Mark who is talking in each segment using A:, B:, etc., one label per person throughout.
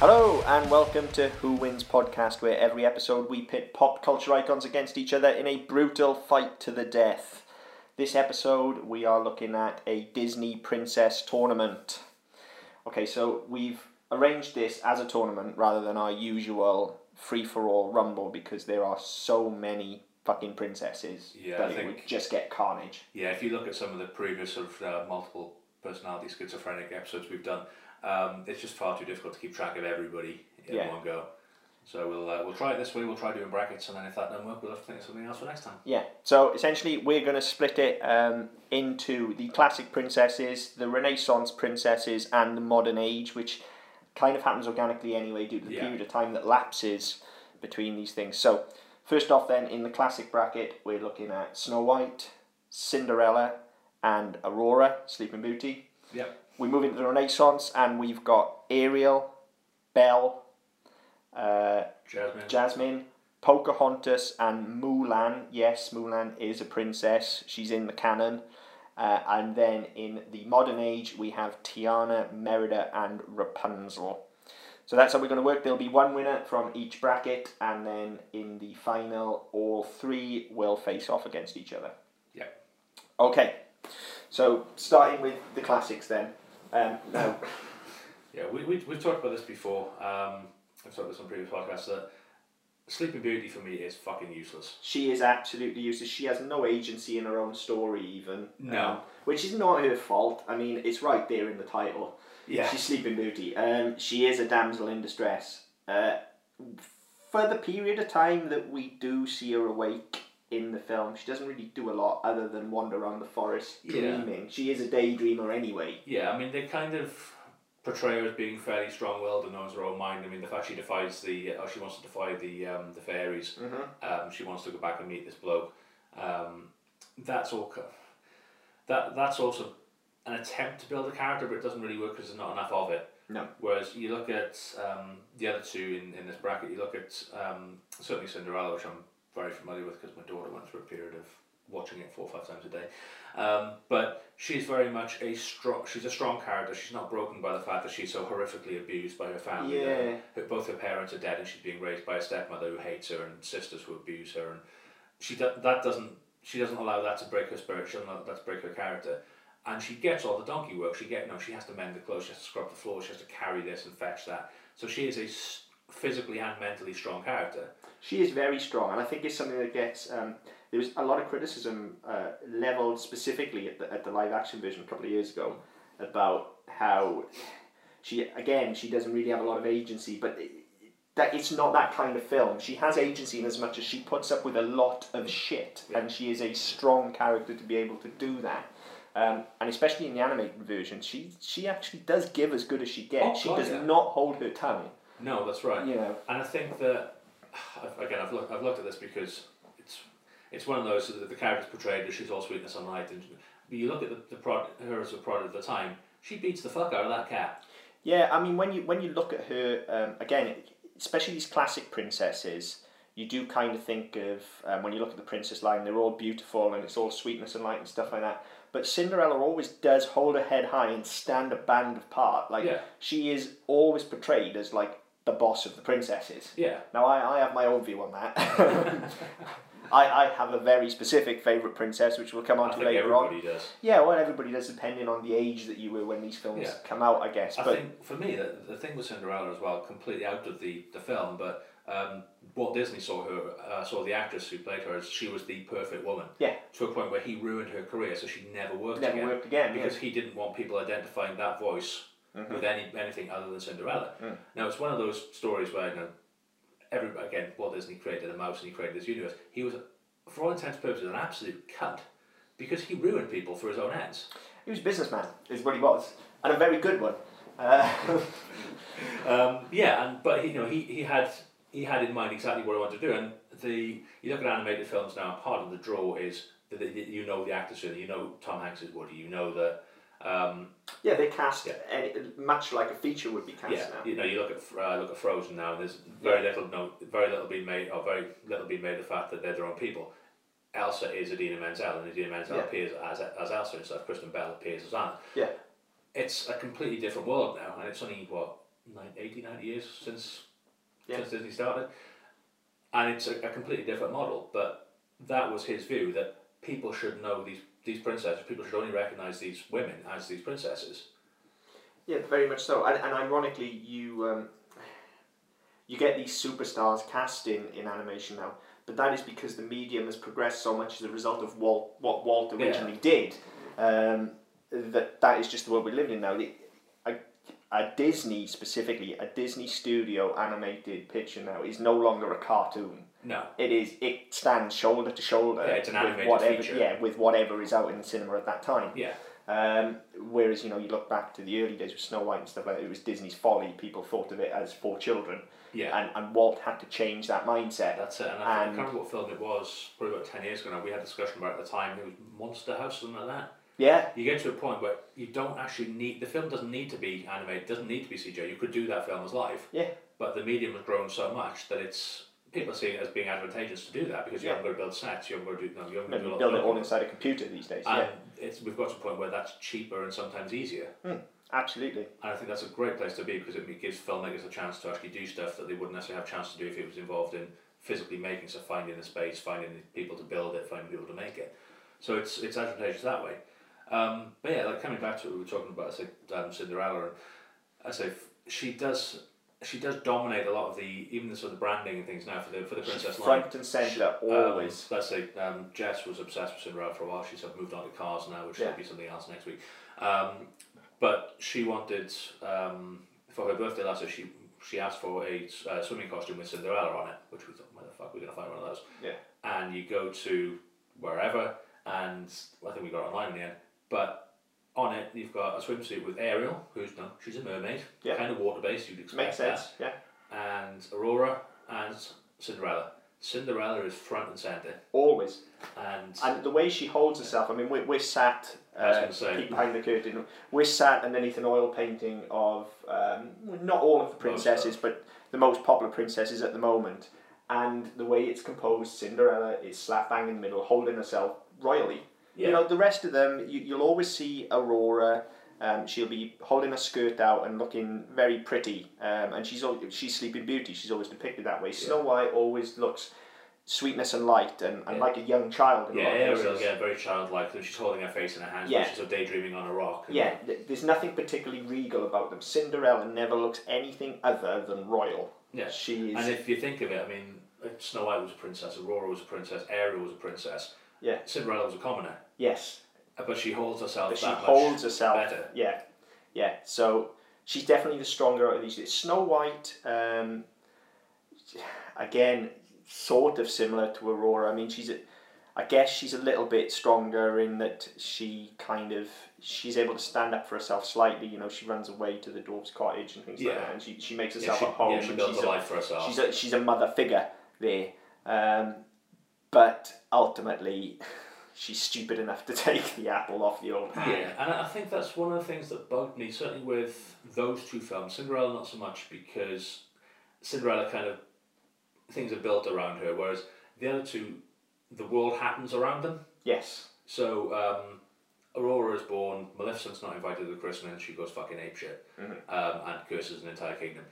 A: Hello, and welcome to Who Wins Podcast, where every episode we pit pop culture icons against each other in a brutal fight to the death. This episode, we are looking at a Disney Princess tournament. Okay, so we've arranged this as a tournament rather than our usual free for all rumble because there are so many fucking princesses
B: Yeah,
A: that
B: I
A: it would
B: think-
A: just get carnage.
B: Yeah, if you look at some of the previous sort of uh, multiple personality schizophrenic episodes we've done, um, it's just far too difficult to keep track of everybody in
A: Yeah.
B: one go. So we'll uh, we'll try it this way. We'll try doing brackets, and then if that doesn't work, we'll have to think of something else for next time.
A: Yeah, so essentially we're going to split it um, into the classic princesses, the Renaissance princesses, and the modern age, which kind of happens organically anyway due to the
B: Yeah.
A: period of time that lapses between these things. So, first off, then, in the classic bracket, we're looking at Snow White, Cinderella, and Aurora, Sleeping Beauty.
B: Yep.
A: We move into the Renaissance, and we've got Ariel, Belle, uh,
B: Jasmine.
A: Jasmine, Pocahontas, and Mulan. Yes, Mulan is a princess. She's in the canon. Uh, and then in the modern age, we have Tiana, Merida, and Rapunzel. So that's how we're going to work. There'll be one winner from each bracket, and then in the final, all three will face off against each other.
B: Yep.
A: Okay, so starting with the classics then. Um, now,
B: Yeah, we, we, we've talked about this before. Um, I've talked about this on previous podcasts that Sleeping Beauty for me is fucking useless.
A: she is absolutely useless. She has no agency in her own story, even.
B: No.
A: Um, which is not her fault. I mean, it's right there in the title.
B: Yeah.
A: She's Sleeping Beauty. Um, she is a damsel in distress. Uh, for the period of time that we do see her awake in the film, she doesn't really do a lot other than wander around the forest
B: Yeah.
A: dreaming. She is a daydreamer anyway.
B: Yeah, I mean, they kind of portray her as being fairly strong-willed and knows her own mind. I mean, the fact she defies the, or she wants to defy the um, the fairies. Um, she wants to go back and meet this bloke. Um, that's all. co- That that's also an attempt to build a character, but it doesn't really work because there's not enough of it.
A: No.
B: Whereas you look at um, the other two in, in this bracket, you look at um, certainly Cinderella, which I'm very familiar with because my daughter went through a period of watching it four or five times a day. Um, but she's very much a strong. She's a strong character. She's not broken by the fact that she's so horrifically abused by her family. that
A: Yeah.
B: her- both her parents are dead, and she's being raised by a stepmother who hates her and sisters who abuse her. And she do- that doesn't she doesn't allow that to break her spirit. She doesn't allow that to break her character. And she gets all the donkey work. She get no. She has to mend the clothes. She has to scrub the floor. She has to carry this and fetch that. So she is a s- physically and mentally strong character.
A: She is very strong, and I think it's something that gets. Um, there was a lot of criticism uh, leveled specifically at the, at the live action version a couple of years ago about how she, again, she doesn't really have a lot of agency, but it, that it's not that kind of film. She has agency in as much as she puts up with a lot of shit, and she is a strong character to be able to do that. Um, and especially in the animated version, she she actually does give as good as she gets.
B: Oh,
A: she
B: God,
A: does
B: yeah.
A: not hold her tongue.
B: No, that's right.
A: You know.
B: And I think that I've- again, I've looked, I've looked at this because it's it's one of those that the character's portrayed as she's all sweetness and light, and but you look at the, the prod, her as a product of the time. She beats the fuck out of that cat.
A: Yeah, I mean, when you when you look at her um, again, especially these classic princesses, you do kind of think of um, when you look at the princess line, they're all beautiful and it's all sweetness and light and stuff like that. But Cinderella always does hold her head high and stand a band apart. Like
B: Yeah.
A: she is always portrayed as like the boss of the princesses.
B: Yeah.
A: Now I, I have my own view on that. I, I have a very specific favourite princess which we'll come on
B: I
A: to
B: think
A: later on.
B: everybody does.
A: Yeah, well everybody does depending on the age that you were when these films
B: Yeah.
A: come out, I guess.
B: I
A: but
B: think for me, the, the thing with Cinderella as well, completely out of the, the film, but um, Walt Disney saw her, uh, saw the actress who played her as she was the perfect woman.
A: Yeah.
B: To a point where he ruined her career, so she never worked
A: Never
B: again.
A: worked again, Mm-hmm.
B: Because he didn't want people identifying that voice with any anything other than Cinderella.
A: Mm.
B: Now it's one of those stories where you know, every again Walt Disney created a mouse and he created this universe. He was, for all intents and purposes, an absolute cunt because he ruined people for his own ends.
A: He was a businessman, is what he was, and a very good one. Uh,
B: Um, yeah, and but you know he, he had he had in mind exactly what he wanted to do, and the you look at animated films now. Part of the draw is that that you know the actors, in it, you know Tom Hanks is Woody, you know that. Um,
A: yeah, they cast any, much like a feature would be cast
B: yeah,
A: now.
B: you know you look at Fr- uh, look at Frozen now. And there's very little no very little being made or very little being made of the fact that they're their own people. Elsa is Idina Menzel, and Idina Menzel
A: Yeah.
B: appears as as Elsa and stuff. Kristen Bell appears as Anna.
A: Yeah,
B: It's a completely different world now, and it's only what nine- 80, 90 years since
A: Yeah.
B: since Disney started, and it's a, a completely different model. But that was his view that people should know these these princesses. People should only recognize these women as these princesses.
A: Yeah, very much so. And, and ironically, you um, you get these superstars cast in, in animation now, but that is because the medium has progressed so much as a result of Walt, what Walt
B: Yeah.
A: originally did. Um, that that is just the world we live in now. The- A, a Disney specifically, a Disney studio animated picture now is no longer a cartoon.
B: No,
A: It is it stands shoulder to shoulder.
B: Yeah, it's an
A: with
B: animated
A: whatever,
B: feature.
A: Yeah, with whatever is out in the cinema at that time.
B: yeah,
A: Um, whereas you know you look back to the early days with Snow White and stuff like that, it was Disney's folly. People thought of it as for children,
B: yeah.
A: and, and Walt had to change that mindset.
B: That's it. And I,
A: And-
B: can't remember what film it was. Probably about ten years ago now. We had a discussion about it at the time. It was Monster House, something like that.
A: Yeah,
B: You get to a point where you don't actually need the film. Doesn't need to be animated. Doesn't need to be CGI. You could do that film as live.
A: yeah,
B: But the medium has grown so much that it's people see it as being advantageous to do that because you
A: Yeah.
B: haven't got to build sets, you haven't got to do, no, you haven't
A: and
B: got to do a lot
A: build
B: of
A: it all
B: documents.
A: inside a computer these days.
B: And
A: Yeah,
B: it's, we've got to a point where that's cheaper and sometimes easier.
A: absolutely.
B: And I think that's a great place to be because it gives filmmakers a chance to actually do stuff that they wouldn't necessarily have a chance to do if it was involved in physically making stuff, finding the space, finding the people to build it, finding people to make it. So it's it's advantageous that way. Um, but yeah, like coming back to what we were talking about, I say um, Cinderella, and I say f- she does she does dominate a lot of the even the sort of branding and things now for the for the princess line.
A: Front and centre
B: Um,
A: always.
B: let's say um, Jess was obsessed with Cinderella for a while. She's sort of moved on to cars now, which
A: Yeah.
B: will be something else next week. Um, but she wanted um, for her birthday last year. She she asked for a uh, swimming costume with Cinderella on it, which we thought, where the fuck are we gonna find one of those?
A: Yeah.
B: And you go to wherever, and I think we got it online in the end. But on it, you've got a swimsuit with Ariel, who's no, she's a mermaid,
A: Yeah.
B: kind of water based. You'd expect
A: Makes
B: that
A: sense. Yeah,
B: and Aurora and Cinderella. Cinderella is front and center,
A: always.
B: and
A: And the way she holds herself. I mean, we're, we're sat
B: I was
A: uh,
B: gonna say.
A: peek behind the curtain. We're sat underneath an oil painting of um, not all of the princesses, but the most popular princesses at the moment. And the way it's composed, Cinderella is slap bang in the middle, holding herself royally.
B: Yeah.
A: You know, the rest of them, you, you'll always see Aurora. Um, she'll be holding her skirt out and looking very pretty. Um, and she's al- she's Sleeping Beauty. She's always depicted that way. Snow White always looks sweetness and light and, and
B: Yeah.
A: like a young child. In a
B: yeah,
A: lot of
B: Ariel
A: cases.
B: again, very childlike. She's holding her face in her hands,
A: Yeah.
B: yeah. she's sort of daydreaming on a rock. and-
A: Yeah, th- there's nothing particularly regal about them. Cinderella never looks anything other than royal.
B: Yeah.
A: She is.
B: And if you think of it, I mean, Snow White was a princess, Aurora was a princess, Ariel was a princess.
A: Yeah.
B: Cinderella was a commoner,
A: yes,
B: uh, but she holds herself.
A: but she
B: that much
A: holds herself.
B: better.
A: Yeah, yeah. So she's definitely the stronger out of these. It's Snow White, um, again, sort of similar to Aurora. I mean, she's a, I guess she's a little bit stronger in that she kind of she's able to stand up for herself slightly. You know, she runs away to the dwarf's cottage and things like
B: Yeah.
A: that, and she, she makes
B: Yeah,
A: herself
B: she,
A: at home.
B: yeah, she
A: and
B: builds
A: she's
B: a
A: a-
B: life for herself.
A: she's a, she's a mother figure there. Um, but ultimately, she's stupid enough to take the apple off the old hand.
B: Yeah, and I think that's one of the things that bugged me, certainly with those two films. Cinderella, not so much, because Cinderella kind of things are built around her, whereas the other two, the world happens around them.
A: Yes.
B: So um, Aurora is born, Maleficent's not invited to the christening, and she goes fucking apeshit
A: Mm-hmm.
B: um, and curses an entire kingdom.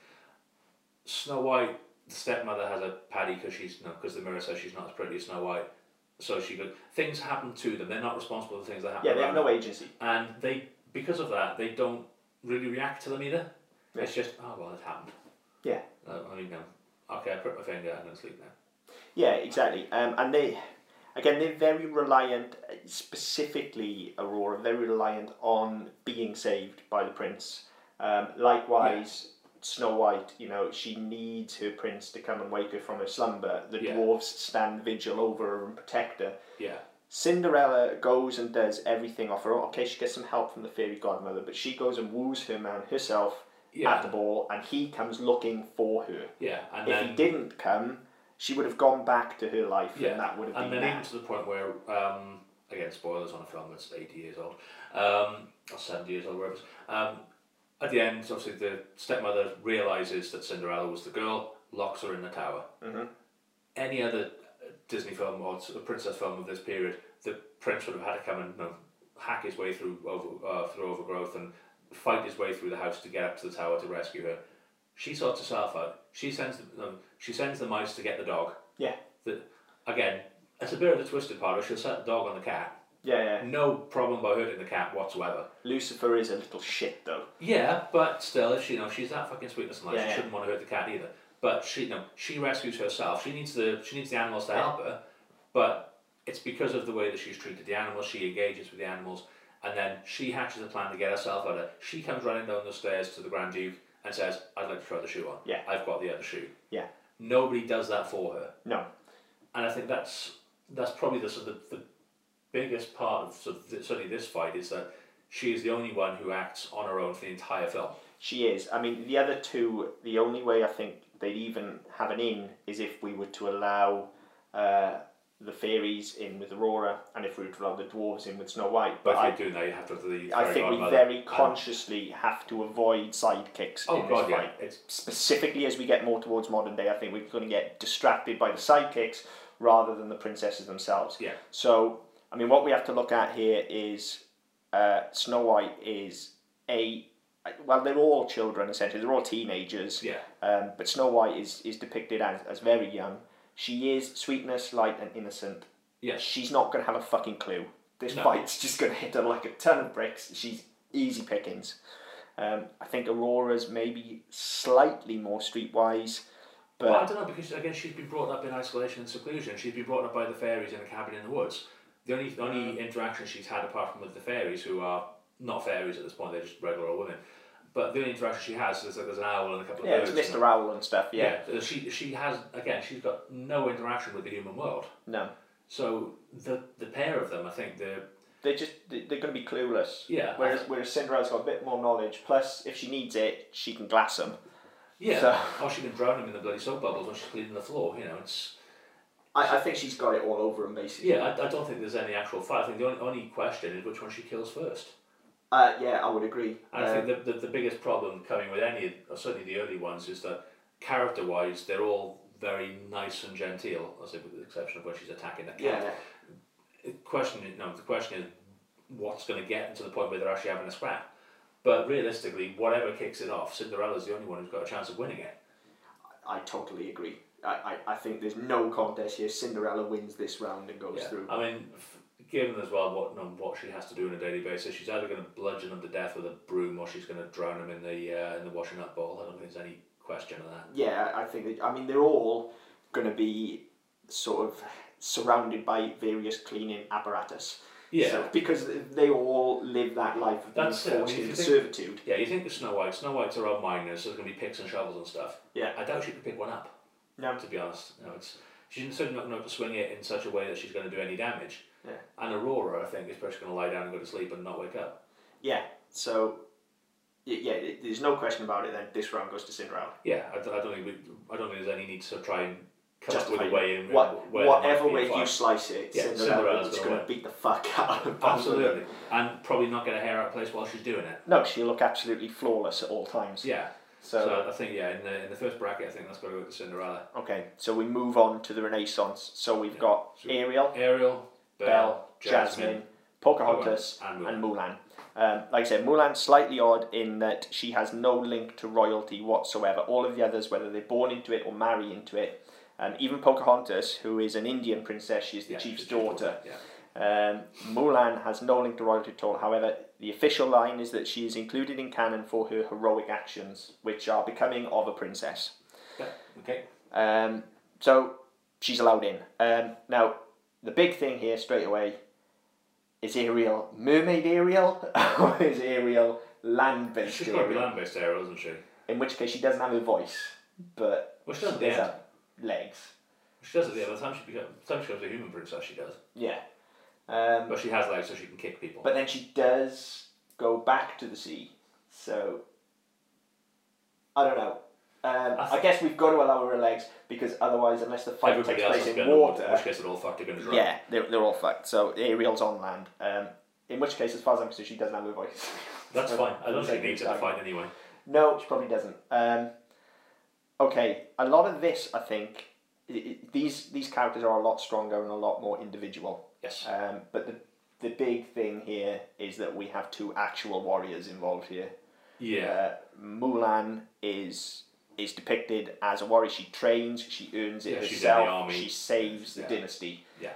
B: Snow White, the stepmother has a paddy because she's no, because the mirror says she's not as pretty as Snow White. So she goes. Things happen to them. They're not responsible for things that happen.
A: Yeah, they
B: around
A: have no agency.
B: and they because of that they don't really react to them either. It's just oh well it happened.
A: Yeah.
B: Uh, I mean no. Okay, I put my finger and then sleep now.
A: Yeah, exactly. Um, and they, again, they're very reliant, specifically Aurora, very reliant on being saved by the prince. Um, likewise, Snow White, you know, she needs her prince to come and wake her from her slumber. The
B: Yeah.
A: dwarfs stand vigil over her and protect her.
B: Yeah.
A: Cinderella goes and does everything off her own. Okay, she gets some help from the fairy godmother, but she goes and woos her man herself
B: Yeah.
A: at the ball, and he comes looking for her.
B: Yeah. And
A: if
B: then
A: he didn't come, she would have gone back to her life,
B: yeah,
A: and that would have
B: and
A: been
B: then even
A: that.
B: to the point where um again spoilers on a film that's eighty years old, um or seventy years old, wherever it's um at the end obviously the stepmother realizes that Cinderella was the girl, locks her in the tower.
A: Mhm.
B: Any other Disney film or sort of princess film of this period, the prince would have had to come and you know, hack his way through over uh, through overgrowth and fight his way through the house to get up to the tower to rescue her. She sorts herself out. She sends the, um, she sends the mice to get the dog.
A: Yeah.
B: The, again, it's a bit of the twisted part. She'll set the dog on the cat.
A: Yeah, yeah.
B: No problem by hurting the cat whatsoever.
A: Lucifer is a little shit though.
B: Yeah, but still, if she you know she's that fucking sweet and like
A: Yeah,
B: she
A: yeah.
B: shouldn't want to hurt the cat either. But she you know, she rescues herself. She needs the she needs the animals to help her, but it's because of the way that she's treated the animals. She engages with the animals, and then she hatches a plan to get herself out of. She comes running down the stairs to the Grand Duke and says, "I'd like to try the shoe on.
A: Yeah.
B: I've got the other shoe."
A: Yeah.
B: Nobody does that for her,
A: No.
B: and I think that's that's probably the sort of the, the biggest part of, sort of certainly this fight is that she is the only one who acts on her own for the entire film.
A: She is. I mean, the other two, the only way I think they'd even have an in is if we were to allow uh, the fairies in with Aurora and if we were to allow the dwarves in with Snow White. But
B: But
A: I,
B: if you're doing that, you have to have the.
A: I
B: fairy
A: think we
B: godmother.
A: very
B: And-
A: consciously have to avoid sidekicks
B: Oh
A: in
B: god,
A: this
B: yeah,
A: fight.
B: it's
A: Specifically, as we get more towards modern day, I think we're going to get distracted by the sidekicks rather than the princesses themselves.
B: yeah,
A: So, I mean, what we have to look at here is uh, Snow White is a well, they're all children essentially. They're all teenagers.
B: yeah,
A: Um, but Snow White is, is depicted as, as very young. She is sweetness, light, and innocent.
B: yeah.
A: She's not going to have a fucking clue. This
B: No.
A: fight's just going to hit her like a ton of bricks. She's easy pickings. Um, I think Aurora's maybe slightly more streetwise, but
B: But I don't know because again, she's been brought up in isolation and seclusion. She's been brought up by the fairies in a cabin in the woods. The only the
A: Mm.
B: only interaction she's had apart from with the fairies, who are not fairies at this point, they're just regular old women. But the only interaction she has is that there's an owl and a couple of
A: yeah, it's
B: birds.
A: Mr.
B: and-
A: Owl and stuff. Yeah,
B: yeah, she she has again. She's got no interaction with the human world.
A: no,
B: So the the pair of them, I think, they're
A: they're just they're going to be clueless.
B: yeah, I-
A: Whereas, whereas Cinderella's got a bit more knowledge. Plus, if she needs it, she can glass them.
B: yeah.
A: So-
B: Or she can drown him in the bloody soap bubbles when she's cleaning the floor. You know, it's.
A: I, I think she's got it all over him, basically.
B: Yeah, I, I don't think there's any actual fight. I think the only, only question is which one she kills first.
A: Uh, yeah, I would agree. Um,
B: And I think the, the, the biggest problem coming with any, or certainly the early ones, is that character wise, they're all very nice and genteel, I say with the exception of when she's attacking the cat. The question, is- no, the question is what's going to get to the point where they're actually having a scrap. But realistically, whatever kicks it off, Cinderella's the only one who's got a chance of winning it.
A: I totally agree. I, I, I think there's no contest here. Cinderella wins this round and goes
B: Yeah. I mean, f- given as well what um, what she has to do on a daily basis, she's either going to bludgeon him to death with a broom or she's going to drown him in the uh, in the washing up bowl. I don't think there's any question of that.
A: Yeah, I think. That, I mean, they're all going to be sort of surrounded by various cleaning apparatus.
B: Yeah.
A: So- because they all live that life of being
B: That's it. I mean,
A: forced
B: if you
A: into
B: think-
A: servitude.
B: Yeah, you think of Snow White. Snow White's are all miners, so there's going to be picks and shovels and stuff.
A: Yeah.
B: I doubt she could pick one up,
A: No.
B: to be honest. You know, it's she's certainly not going to swing it in such a way that she's going to do any damage.
A: Yeah.
B: And Aurora, I think, is probably going to lie down and go to sleep and not wake up.
A: Yeah. So, y- yeah, it- there's no question about it. Then this round goes to Cinderella.
B: Yeah, I, d- I don't think we, I don't think there's any need to try and come up with
A: Justify
B: a way in uh,
A: what,
B: where there might
A: whatever
B: be a
A: way
B: fight.
A: you slice it,
B: Yeah,
A: Cinderella's
B: Cinderella's
A: just
B: gonna
A: going to
B: win.
A: beat the fuck out of
B: Absolutely. And probably not get a hair out of place while she's doing it.
A: No, she'll look absolutely flawless at all times.
B: Yeah.
A: So,
B: So, I think yeah, in the in the first bracket I think that's gotta go to Cinderella.
A: okay, so we move on to the Renaissance. So we've got
B: So-
A: Ariel,
B: Ariel, Belle,
A: Belle, Jasmine,
B: Jasmine,
A: Pocahontas,
B: Owen, and
A: and Mulan. Um, like I said, Mulan's slightly odd in that she has no link to royalty whatsoever. All of the others, whether they're born into it or marry into it, um, even Pocahontas, who is an Indian princess, she's the
B: Yeah,
A: chief's
B: the chief's daughter,
A: daughter.
B: yeah.
A: Um, Mulan has no link to royalty at all. However, the official line is that she is included in canon for her heroic actions, which are becoming of a princess.
B: Yeah, Okay.
A: Um, so she's allowed in. Um, now, the big thing here straight away is Ariel mermaid Ariel or is Ariel land based
B: She's gotta be
A: Ariel?
B: land based Ariel, isn't she?
A: In which case, she doesn't have a voice, but
B: Well she
A: she
B: does at the
A: does
B: end.
A: have legs.
B: She does at the end, by the time she becomes the time she becomes a human princess she does.
A: Yeah. Um,
B: But she has legs so she can kick people.
A: but then she does go back to the sea, so I don't know. Um,
B: I
A: I, guess we've got to allow her legs because otherwise, unless the fight
B: Everybody
A: takes
B: else is
A: place in
B: gonna
A: water,
B: which case they're all fucked are gonna drown.
A: Yeah, they're, they're all fucked. So Ariel's on land. Um, in which case, as far as I'm concerned, she doesn't have a voice.
B: That's
A: So-
B: fine. I don't think
A: Okay,
B: she needs it to
A: sorry.
B: fight anyway.
A: No, she probably doesn't. Um, okay, a lot of this, I think, i i these these characters are a lot stronger and a lot more individual.
B: Yes.
A: Um, but the the big thing here is that we Uh, have two actual warriors involved here.
B: Yeah.
A: Uh, Mulan is is depicted as a warrior. She trains, she earns it
B: Yeah, she's in the
A: herself,
B: army.
A: she saves the
B: Yeah.
A: dynasty.
B: Yeah.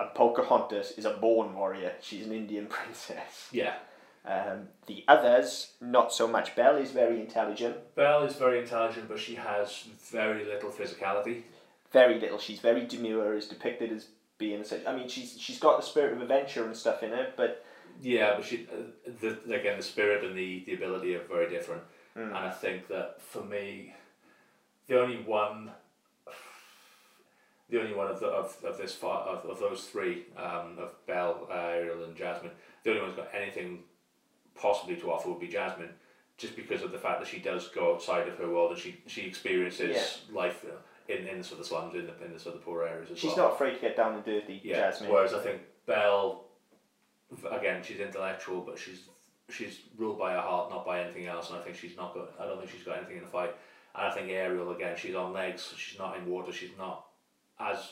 A: And Pocahontas is a born warrior. She's an Indian princess.
B: Yeah.
A: Um, the others, not so much. Belle is very intelligent,
B: Belle is very intelligent, but she has very little physicality.
A: very little. She's very demure, is depicted as being such. I mean, she's she's got the spirit of adventure and stuff in her, but
B: Yeah, but she, uh, the, again, the spirit and the, the ability are very different.
A: Hmm.
B: And I think that for me, the only one, the only one of the, of, of this far, of, of those three, um, of Belle, uh, Ariel, and Jasmine, the only one who's got anything possibly to offer would be Jasmine, just because of the fact that she does go outside of her world and she she experiences life uh, in in the sort of slums, in the in the sort of poor areas as
A: she's
B: well.
A: not afraid to get down and dirty,
B: Yeah.
A: Jasmine.
B: Whereas I think Belle, v- again, she's intellectual, but she's she's ruled by her heart, not by anything else. And I think she's not got. I don't think she's got anything in the fight. And I think Ariel again, she's on legs. so She's not in water. She's not as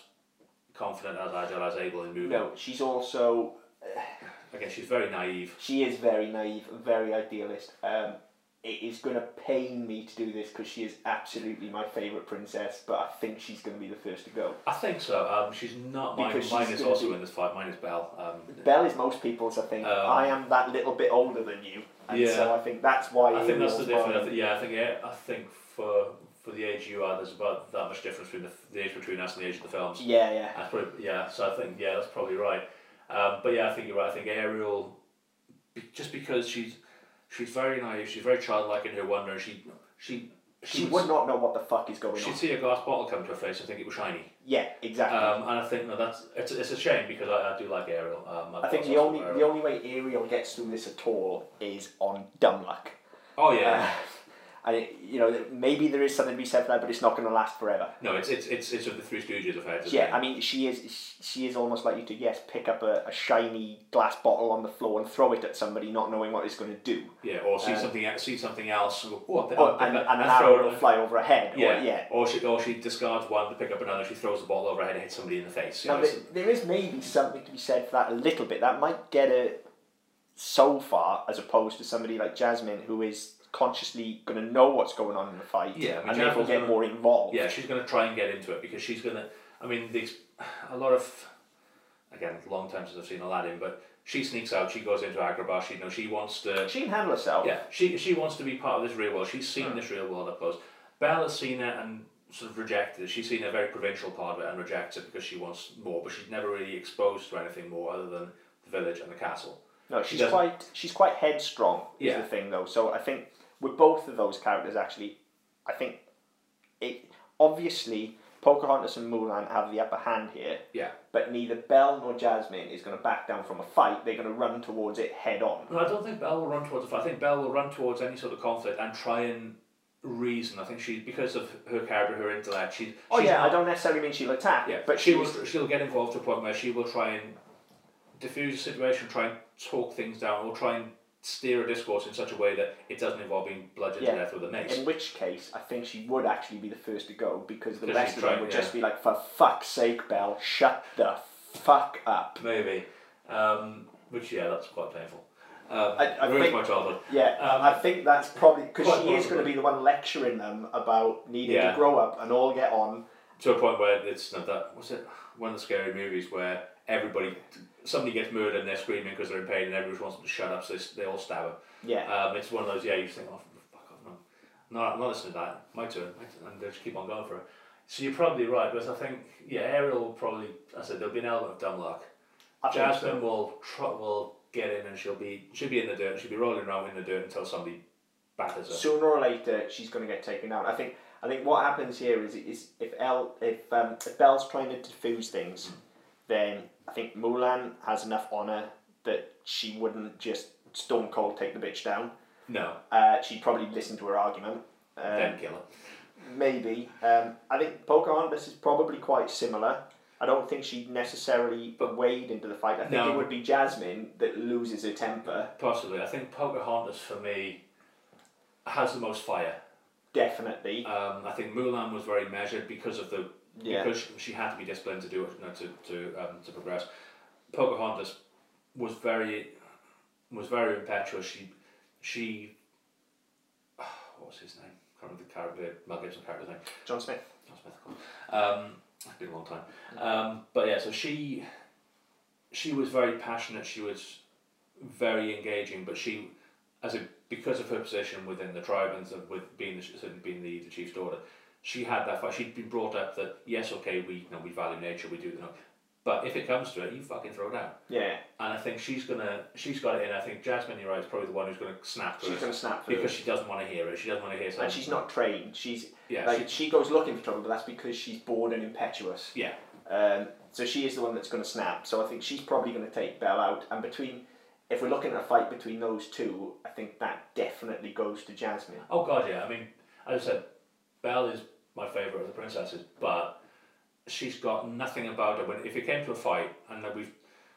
B: confident as agile as able in movement.
A: No, she's also
B: Again, she's very naive.
A: she is very naive, very idealist. Um, it is going to pain me to do this because she is absolutely my favorite princess, but I think she's going to be the first to go.
B: I think so. Um, she's not. Mine,
A: Because
B: mine
A: she's
B: is
A: gonna
B: also
A: be-
B: in this fight. Mine is Belle. Um,
A: Belle is most people's, I think.
B: Um,
A: I am that little bit older than you, and
B: Yeah.
A: so I think that's why.
B: I
A: it
B: think that's the
A: was
B: difference. I
A: mine.
B: thi- yeah, I think yeah, I think for for the age you are, there's about that much difference between the, f- the age between us and the age of the films.
A: Yeah, yeah.
B: That's probably, yeah, so I think, yeah, that's probably right. Um, but yeah, I think you're right. I think Ariel, be- just because she's she's very naive, she's very childlike in her wonder, and she she
A: She would not know what the fuck is going
B: she'd
A: on.
B: see a glass bottle come to her face and think it was shiny.
A: Yeah, exactly.
B: Um, and I think no, that's it's, it's a shame because I, I do like Ariel. Um,
A: I think
B: thought
A: the
B: that's
A: only
B: what
A: the only way Ariel gets through this at all is on dumb luck.
B: oh
A: Uh,
B: yeah,
A: And it, you know maybe there is something to be said for that, but it's not going to last forever.
B: no, it's it's it's it's of the Three Stooges effect. isn't
A: Yeah,
B: it?
A: I mean, she is she is almost like you to yes pick up a, a shiny glass bottle on the floor and throw it at somebody, not knowing what it's going to do,
B: yeah, or see something e- see something else and go, oh, th-
A: or,
B: oh,
A: uh, and,
B: that-
A: and an
B: that's throw
A: arrow
B: it-
A: will fly over her head.
B: Yeah.
A: or, yeah.
B: or she or she discards one to pick up another. She throws the bottle over her head and hits somebody in the face. You
A: Now,
B: know,
A: there,
B: it's-
A: there is maybe something to be said for that a little bit. That might get her so far as opposed to somebody like Jasmine who is consciously going to know what's going on in the fight
B: Yeah, I mean,
A: and therefore
B: Jasmine's
A: get
B: gonna-
A: more involved.
B: Yeah, she's going to try and get into it because she's going to. I mean, these a lot of again long time since I've seen Aladdin, but she sneaks out. She goes into Agrabah. She you know she wants to.
A: She can handle herself.
B: Yeah, she she wants to be part of this real world. She's seen this real world up close. Belle has seen it and sort of rejected it. She's seen a very provincial part of it and rejects it because she wants more. But she's never really exposed to anything more other than the village and the castle.
A: No,
B: She
A: she's
B: doesn't-
A: quite she's quite headstrong is
B: Yeah.
A: the thing though. So I think with both of those characters actually, I think it obviously Pocahontas and Mulan have the upper hand here,
B: Yeah.
A: but neither Belle nor Jasmine is going to back down from a fight. They're going to run towards it head on.
B: No, I don't think Belle will run towards a fight. I think Belle will run towards any sort of conflict and try and reason. I think she, because of her character, her intellect, she,
A: Oh
B: she's
A: yeah,
B: not-
A: I don't necessarily mean she'll attack,
B: yeah,
A: but
B: she
A: she
B: will,
A: was
B: she'll get involved to a point where she will try and diffuse the situation, try and talk things down, or try and steer a discourse in such a way that it doesn't involve being bludgeoned
A: Yeah.
B: to death with a mace.
A: in which case I think she would actually be the first to go because the
B: Because
A: rest
B: she's
A: of them
B: trying-
A: would
B: yeah.
A: just be like, for fuck's sake, Belle, shut the fuck up.
B: Maybe. Um, which, yeah, that's quite painful. Um,
A: I- I
B: ruins
A: think-
B: my childhood.
A: Yeah,
B: Um,
A: I think that's probably because
B: quite
A: she is going to
B: possibly.
A: be the one lecturing them about needing
B: Yeah.
A: to grow up and all get on.
B: to a point where it's not that was it one of the scary movies where everybody somebody gets murdered and they're screaming because they're in pain and everyone wants them to shut up so they, s- they all stab
A: Yeah,
B: her um, it's one of those yeah you think oh fuck off no no I'm not listening to that my turn, my turn and they just keep on going for it so you're probably right but I think yeah Ariel will probably I said there'll be an element of dumb luck
A: I think so.
B: Jasmine will tr- will get in and she'll be she'll be in the dirt she'll be rolling around in the dirt until somebody batters her
A: Sooner or later, she's going to get taken out. I think. I think what happens here is is if El if um, if Belle's trying to diffuse things, then I think Mulan has enough honor that she wouldn't just stone cold take the bitch down.
B: no
A: Uh, she'd probably listen to her argument. Um,
B: then kill her
A: maybe. Um, I think Pocahontas is probably quite similar. I don't think she necessarily wade into the fight. I think
B: No.
A: it would be Jasmine that loses her temper,
B: Possibly. I think Pocahontas for me has the most fire.
A: definitely.
B: Um, I think Mulan was very measured because of the
A: Yeah.
B: because she had to be disciplined to do it you know, to to um, to progress. Pocahontas was very was very impetuous. She she what was his name? can't remember the character, Mel Gibson character's name.
A: John Smith.
B: John Smith, of course. Um, it's been a long time. Um, but yeah, so she, she was very passionate. She was very engaging, but she, as a because of her position within the tribe and so with being the, so being the, the chief's daughter, she had that. fight. She'd been brought up that yes, okay, we you know we value nature, we do you know, but if it comes to it, you fucking throw down.
A: Yeah,
B: And I think she's gonna, she's got it in. I think Jasmine, you're right, is probably the one who's gonna snap
A: she's
B: first
A: gonna snap through.
B: because she doesn't want to hear it. She doesn't want to hear.
A: and
B: something.
A: she's not trained. She's
B: Yeah,
A: like she goes looking for trouble, but that's because she's bored and impetuous.
B: Yeah.
A: Um, so she is the one that's going to snap. So I think she's probably going to take Bell out. And between, if we're looking at a fight between those two, I think that definitely goes to Jasmine.
B: Oh god, yeah. I mean, as I said, Belle is my favourite of the princesses, but she's got nothing about her. When if it came to a fight, and we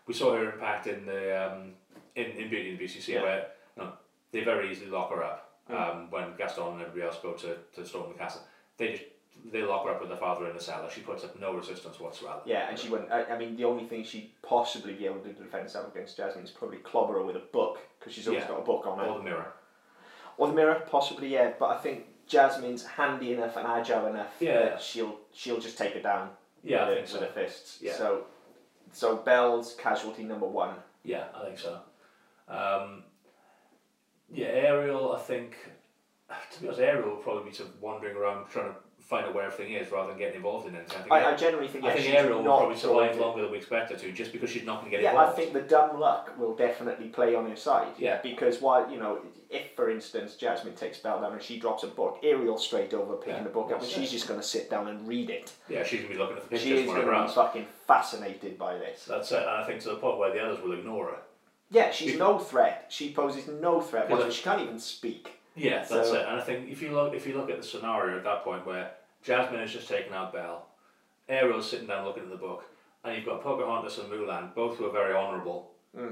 B: we saw her impact in the um, in, in Beauty and the Beast, you see
A: Yeah.
B: where no, they very easily lock her up. Um, when Gaston and everybody else go to, to storm the castle, they just they lock her up with her father in the cellar. She puts up no resistance whatsoever.
A: Yeah, and she wouldn't. I, I mean, the only thing she'd possibly be able to do to defend herself against Jasmine is probably clobber her with a book because she's always
B: Yeah.
A: got a book on her.
B: Or the mirror.
A: Or the mirror, possibly, yeah. But I think Jasmine's handy enough and agile enough
B: Yeah.
A: that she'll she'll just take her down.
B: Yeah, I
A: with,
B: think
A: her-
B: so.
A: with her fists.
B: Yeah.
A: So, so Belle's casualty number one.
B: Yeah, I think so. Um, yeah, Ariel, I think, to be honest, Ariel will probably be sort of wandering around trying to find out where everything is rather than getting involved in anything. I think,
A: I, I generally think.
B: I
A: Yeah,
B: think
A: she's
B: Ariel will
A: not
B: probably survive
A: going-
B: longer than we expect her to just because she's not going to get
A: Yeah, I
B: involved.
A: think the dumb luck will definitely play on her side.
B: Yeah.
A: Because while you know, if for instance Jasmine takes Belle down and she drops a book, Ariel straight over picking
B: Yeah,
A: the book up, and
B: that's
A: she's just going to sit down and read it.
B: yeah, she's going to be looking at the pictures
A: She is
B: from her
A: going to be
B: house.
A: fucking fascinated by this.
B: That's it. And I think to the point where the others will ignore her.
A: Yeah, she's no threat. She poses no threat.
B: Because
A: whatsoever. She can't even speak.
B: Yeah, that's
A: So-
B: it. And I think if you look if you look at the scenario at that point where Jasmine has just taken out Belle, Ariel's sitting down looking at the book, and you've got Pocahontas and Mulan, both who are very honourable,
A: Hmm.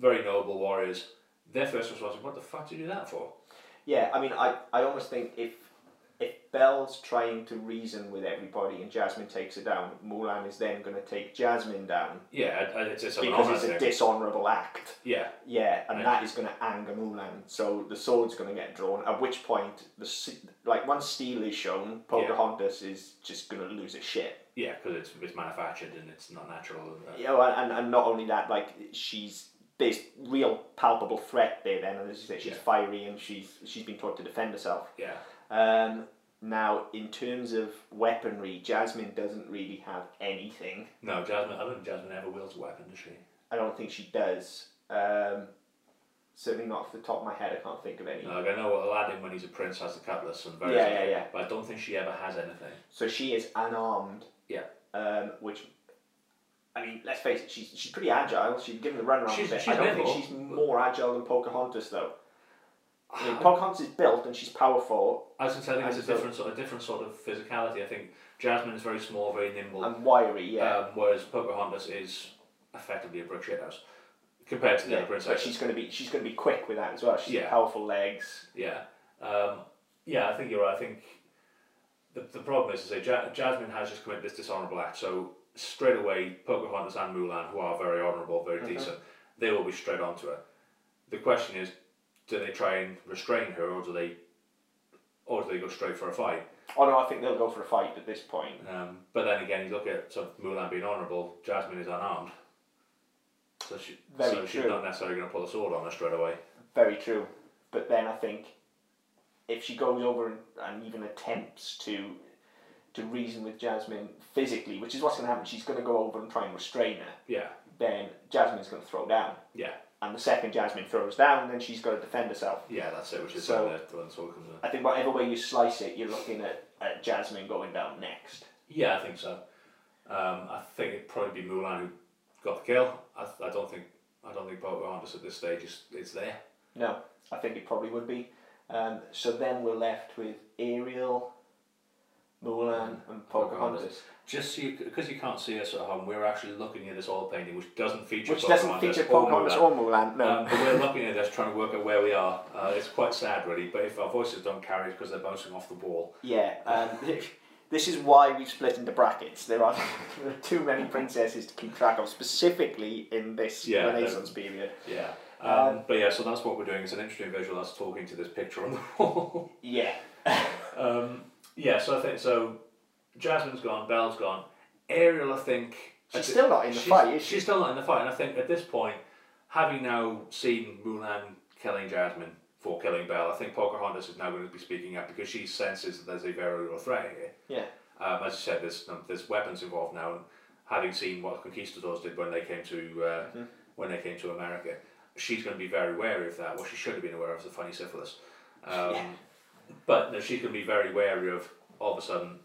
B: very noble warriors. Their first response is, "What the fuck did you do that for?"
A: Yeah, I mean, I, I almost think if if Belle's trying to reason with everybody and Jasmine takes her down, Mulan is then going to take Jasmine down
B: Yeah, I- I- it's, it's a
A: because
B: banana
A: it's a
B: thing.
A: dishonourable act.
B: Yeah,
A: Yeah, and
B: Right.
A: that is going to anger Mulan. So the sword's going to get drawn. At which point, the s- like once steel is shown, Pocahontas is just going to lose her shit.
B: yeah, because it's it's manufactured and it's not natural. And, uh,
A: You know, and, and, and not only that, like she's there's real palpable threat there. Then, and as you say, she's
B: Yeah.
A: fiery and she's she's been taught to defend herself.
B: yeah,
A: Um, now, in terms of weaponry, Jasmine doesn't really have anything.
B: no, Jasmine. I don't think Jasmine ever wields a weapon, does she?
A: I don't think she does. Um, certainly not off the top of my head. I can't think of any.
B: No, like I know Aladdin when he's a prince has the cutlass and various.
A: Yeah,
B: other-
A: yeah, yeah.
B: But I don't think she ever has anything.
A: So she is unarmed.
B: Yeah.
A: Um, which, I mean, let's face it, she's, she's pretty agile. She's given the run around
B: She's-
A: a bit.
B: she's
A: I don't
B: nimble.
A: think she's more agile than Pocahontas, though. I
B: Ah.
A: mean, Pocahontas is built and she's powerful
B: I was going to say, I think
A: And
B: it's a
A: so-
B: different sort, a different sort of physicality. I think Jasmine is very small, very nimble,
A: and wiry, yeah.
B: um, whereas Pocahontas is effectively a brick shithouse compared to the
A: yeah.
B: other
A: but
B: princesses.
A: she's gonna be she's gonna be quick with that as well. She's got
B: Yeah.
A: powerful legs.
B: Yeah, um, yeah. I think you're right. I think the, the problem is to say ja- Jasmine has just committed this dishonourable act, so straight away Pocahontas and Mulan, who are very honourable, very
A: Mm-hmm.
B: decent, they will be straight onto her. The question is, do they try and restrain her, or do they, or do they go straight for a fight?
A: Oh no, I think they'll go for a fight at this point.
B: Um, but then again, you look at sort of Mulan being honourable. Jasmine is unarmed, so she
A: Very
B: so she's
A: true.
B: not necessarily going to pull a sword on her straight away.
A: Very true. But then I think if she goes over and, and even attempts to to reason with Jasmine physically, which is what's gonna happen, she's gonna go over and try and restrain her.
B: Yeah,
A: Then Jasmine's gonna throw down,
B: yeah,
A: and the second Jasmine throws down, then she's got to defend herself.
B: yeah. That's it. Which is
A: So-
B: when, the, when the sword comes in.
A: I think whatever way you slice it, you're looking at, at Jasmine going down next.
B: Yeah, I think so. Um, I think it'd probably be Mulan who got the kill. I, I don't think I don't think Pocahontas at this stage is, is there.
A: No, I think it probably would be. Um, so then we're left with Ariel, Mulan, and Pocahontas.
B: Just so you, because you can't see us at home, we're actually looking at this oil painting, which doesn't feature
A: Which doesn't feature Pocahontas
B: Mulan.
A: or Mulan,
B: Um,
A: no.
B: but we're looking at this, trying to work out where we are. Uh, it's quite sad, really. But if our voices don't carry, it's because they're bouncing off the wall.
A: Yeah, um, this is why we've split into brackets. There are, there are too many princesses to keep track of, specifically in this
B: Yeah,
A: Renaissance period.
B: Yeah. Um, but yeah, so that's what we're doing. It's an interesting visual. That's talking to this picture on the wall.
A: Yeah.
B: Um, yeah, so I think so. Jasmine's gone, Belle's gone. Ariel, I think.
A: She's
B: I thi-
A: still not in the
B: she's-
A: fight, is she?
B: She's still not in the fight, and I think at this point, having now seen Mulan killing Jasmine for killing Belle, I think Pocahontas is now going to be speaking up because she senses that there's a very real threat here.
A: Yeah.
B: Um, as I said, there's um, there's weapons involved now, and having seen what the conquistadors did when they came to uh,
A: Mm-hmm.
B: when they came to America, she's going to be very wary of that. What she should have been aware of is the funny syphilis. Um,
A: Yeah.
B: But no, she can be very wary of all of a sudden,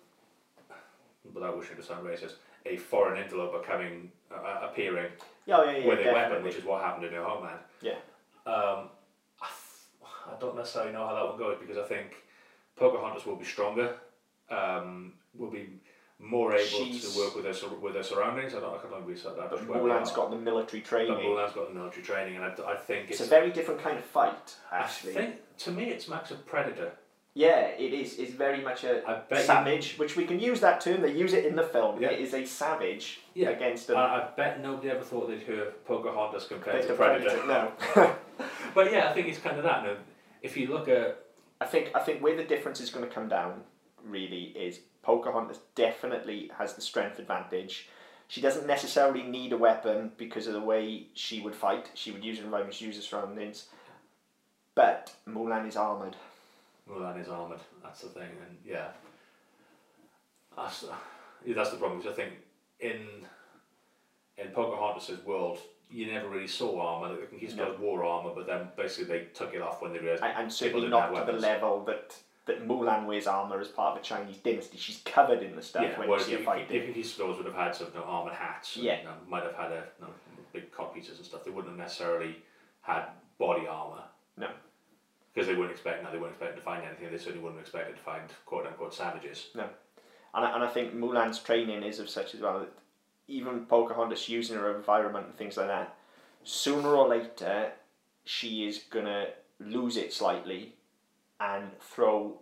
B: without wishing to sound racist, a foreign interloper coming uh, uh, appearing
A: Yeah, oh, yeah, yeah.
B: with a weapon,
A: definitely.
B: which is what happened in her homeland.
A: Yeah.
B: Um, I, th- I don't necessarily know how that one goes because I think Pocahontas will be stronger, um, will be more able
A: She's-
B: to work with her sur- with her surroundings. I don't, I can't remember exactly that. That's where we
A: Mulan's
B: are.
A: got the military
B: But
A: training.
B: Mulan's got the military training, and I, d- I think
A: It's
B: it's.
A: a very different kind of fight,
B: I
A: actually.
B: think to me, it's Max a predator.
A: Yeah, it is. It's very much a
B: I bet you-
A: savage, which we can use that term. They use it in the film.
B: Yeah.
A: It is a savage
B: Yeah. Ah,
A: against
B: I,
A: a
B: I bet nobody ever thought they'd hear Pocahontas compared
A: against
B: to
A: a
B: predator.
A: predator. No,
B: But yeah, I think it's kind of that. Now, if you look at
A: I think I think where the difference is going to come down really is Pocahontas definitely has the strength advantage. She doesn't necessarily need a weapon because of the way she would fight. She would use her environment, she uses surroundings. But Mulan is armored.
B: Mulan is armored. That's the thing, and yeah, that's yeah, that's the problem. Because I think in in Pocahontas' world, you never really saw armor. The conquistadors wore armor, but then basically they took it off when they realized.
A: I, I'm certainly
B: didn't have
A: not to the
B: weapons.
A: level that that Mulan wears armor as part of a Chinese dynasty. She's covered in the stuff
B: yeah,
A: when you
B: whereas
A: see
B: the,
A: her
B: the
A: fighting.
B: conquistadors would have had sort of no armored hats. And,
A: Yeah.
B: you know, might have had a you know, big cod pieces and stuff. They wouldn't have necessarily had body armor.
A: No.
B: Because they wouldn't expect, no, they wouldn't expect to find anything. They certainly wouldn't expect to find quote unquote savages.
A: And I, and I think Mulan's training is of such as well that even Pocahontas using her environment and things like that, sooner or later, she is gonna lose it slightly, and throw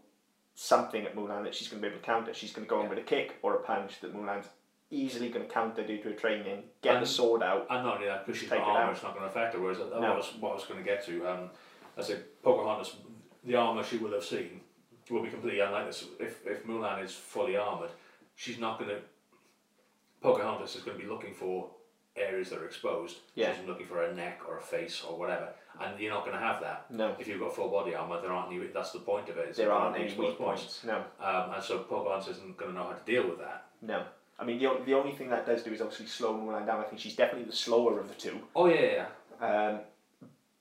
A: something at Mulan that she's gonna be able to counter. She's gonna go in with a kick or a punch that Mulan's easily gonna counter due to her training. Get
B: And-
A: the sword out.
B: And not only that, because she's
A: Take
B: got
A: it
B: armour,
A: out.
B: it's not going to affect her. Whereas uh, what,
A: No.
B: I was, what I was going to get to, um, I said Pocahontas, the armour she will have seen will be completely unlike this. If, if Mulan is fully armoured, she's not going to. Pocahontas is going to be looking for areas that are exposed.
A: Yeah.
B: She's looking for a neck or a face or whatever. And you're not going to have that.
A: No,
B: If you've got full body armour, there aren't any. That's the point of it. is
A: there
B: there
A: aren't
B: be
A: any
B: exposed
A: weak points. No.
B: Um, and so Pocahontas isn't going to know how to deal with that.
A: No. I mean, the, o- the only thing that does do is obviously slow Mulan down. I think she's definitely the slower of the two.
B: Oh, yeah, yeah, yeah.
A: Um,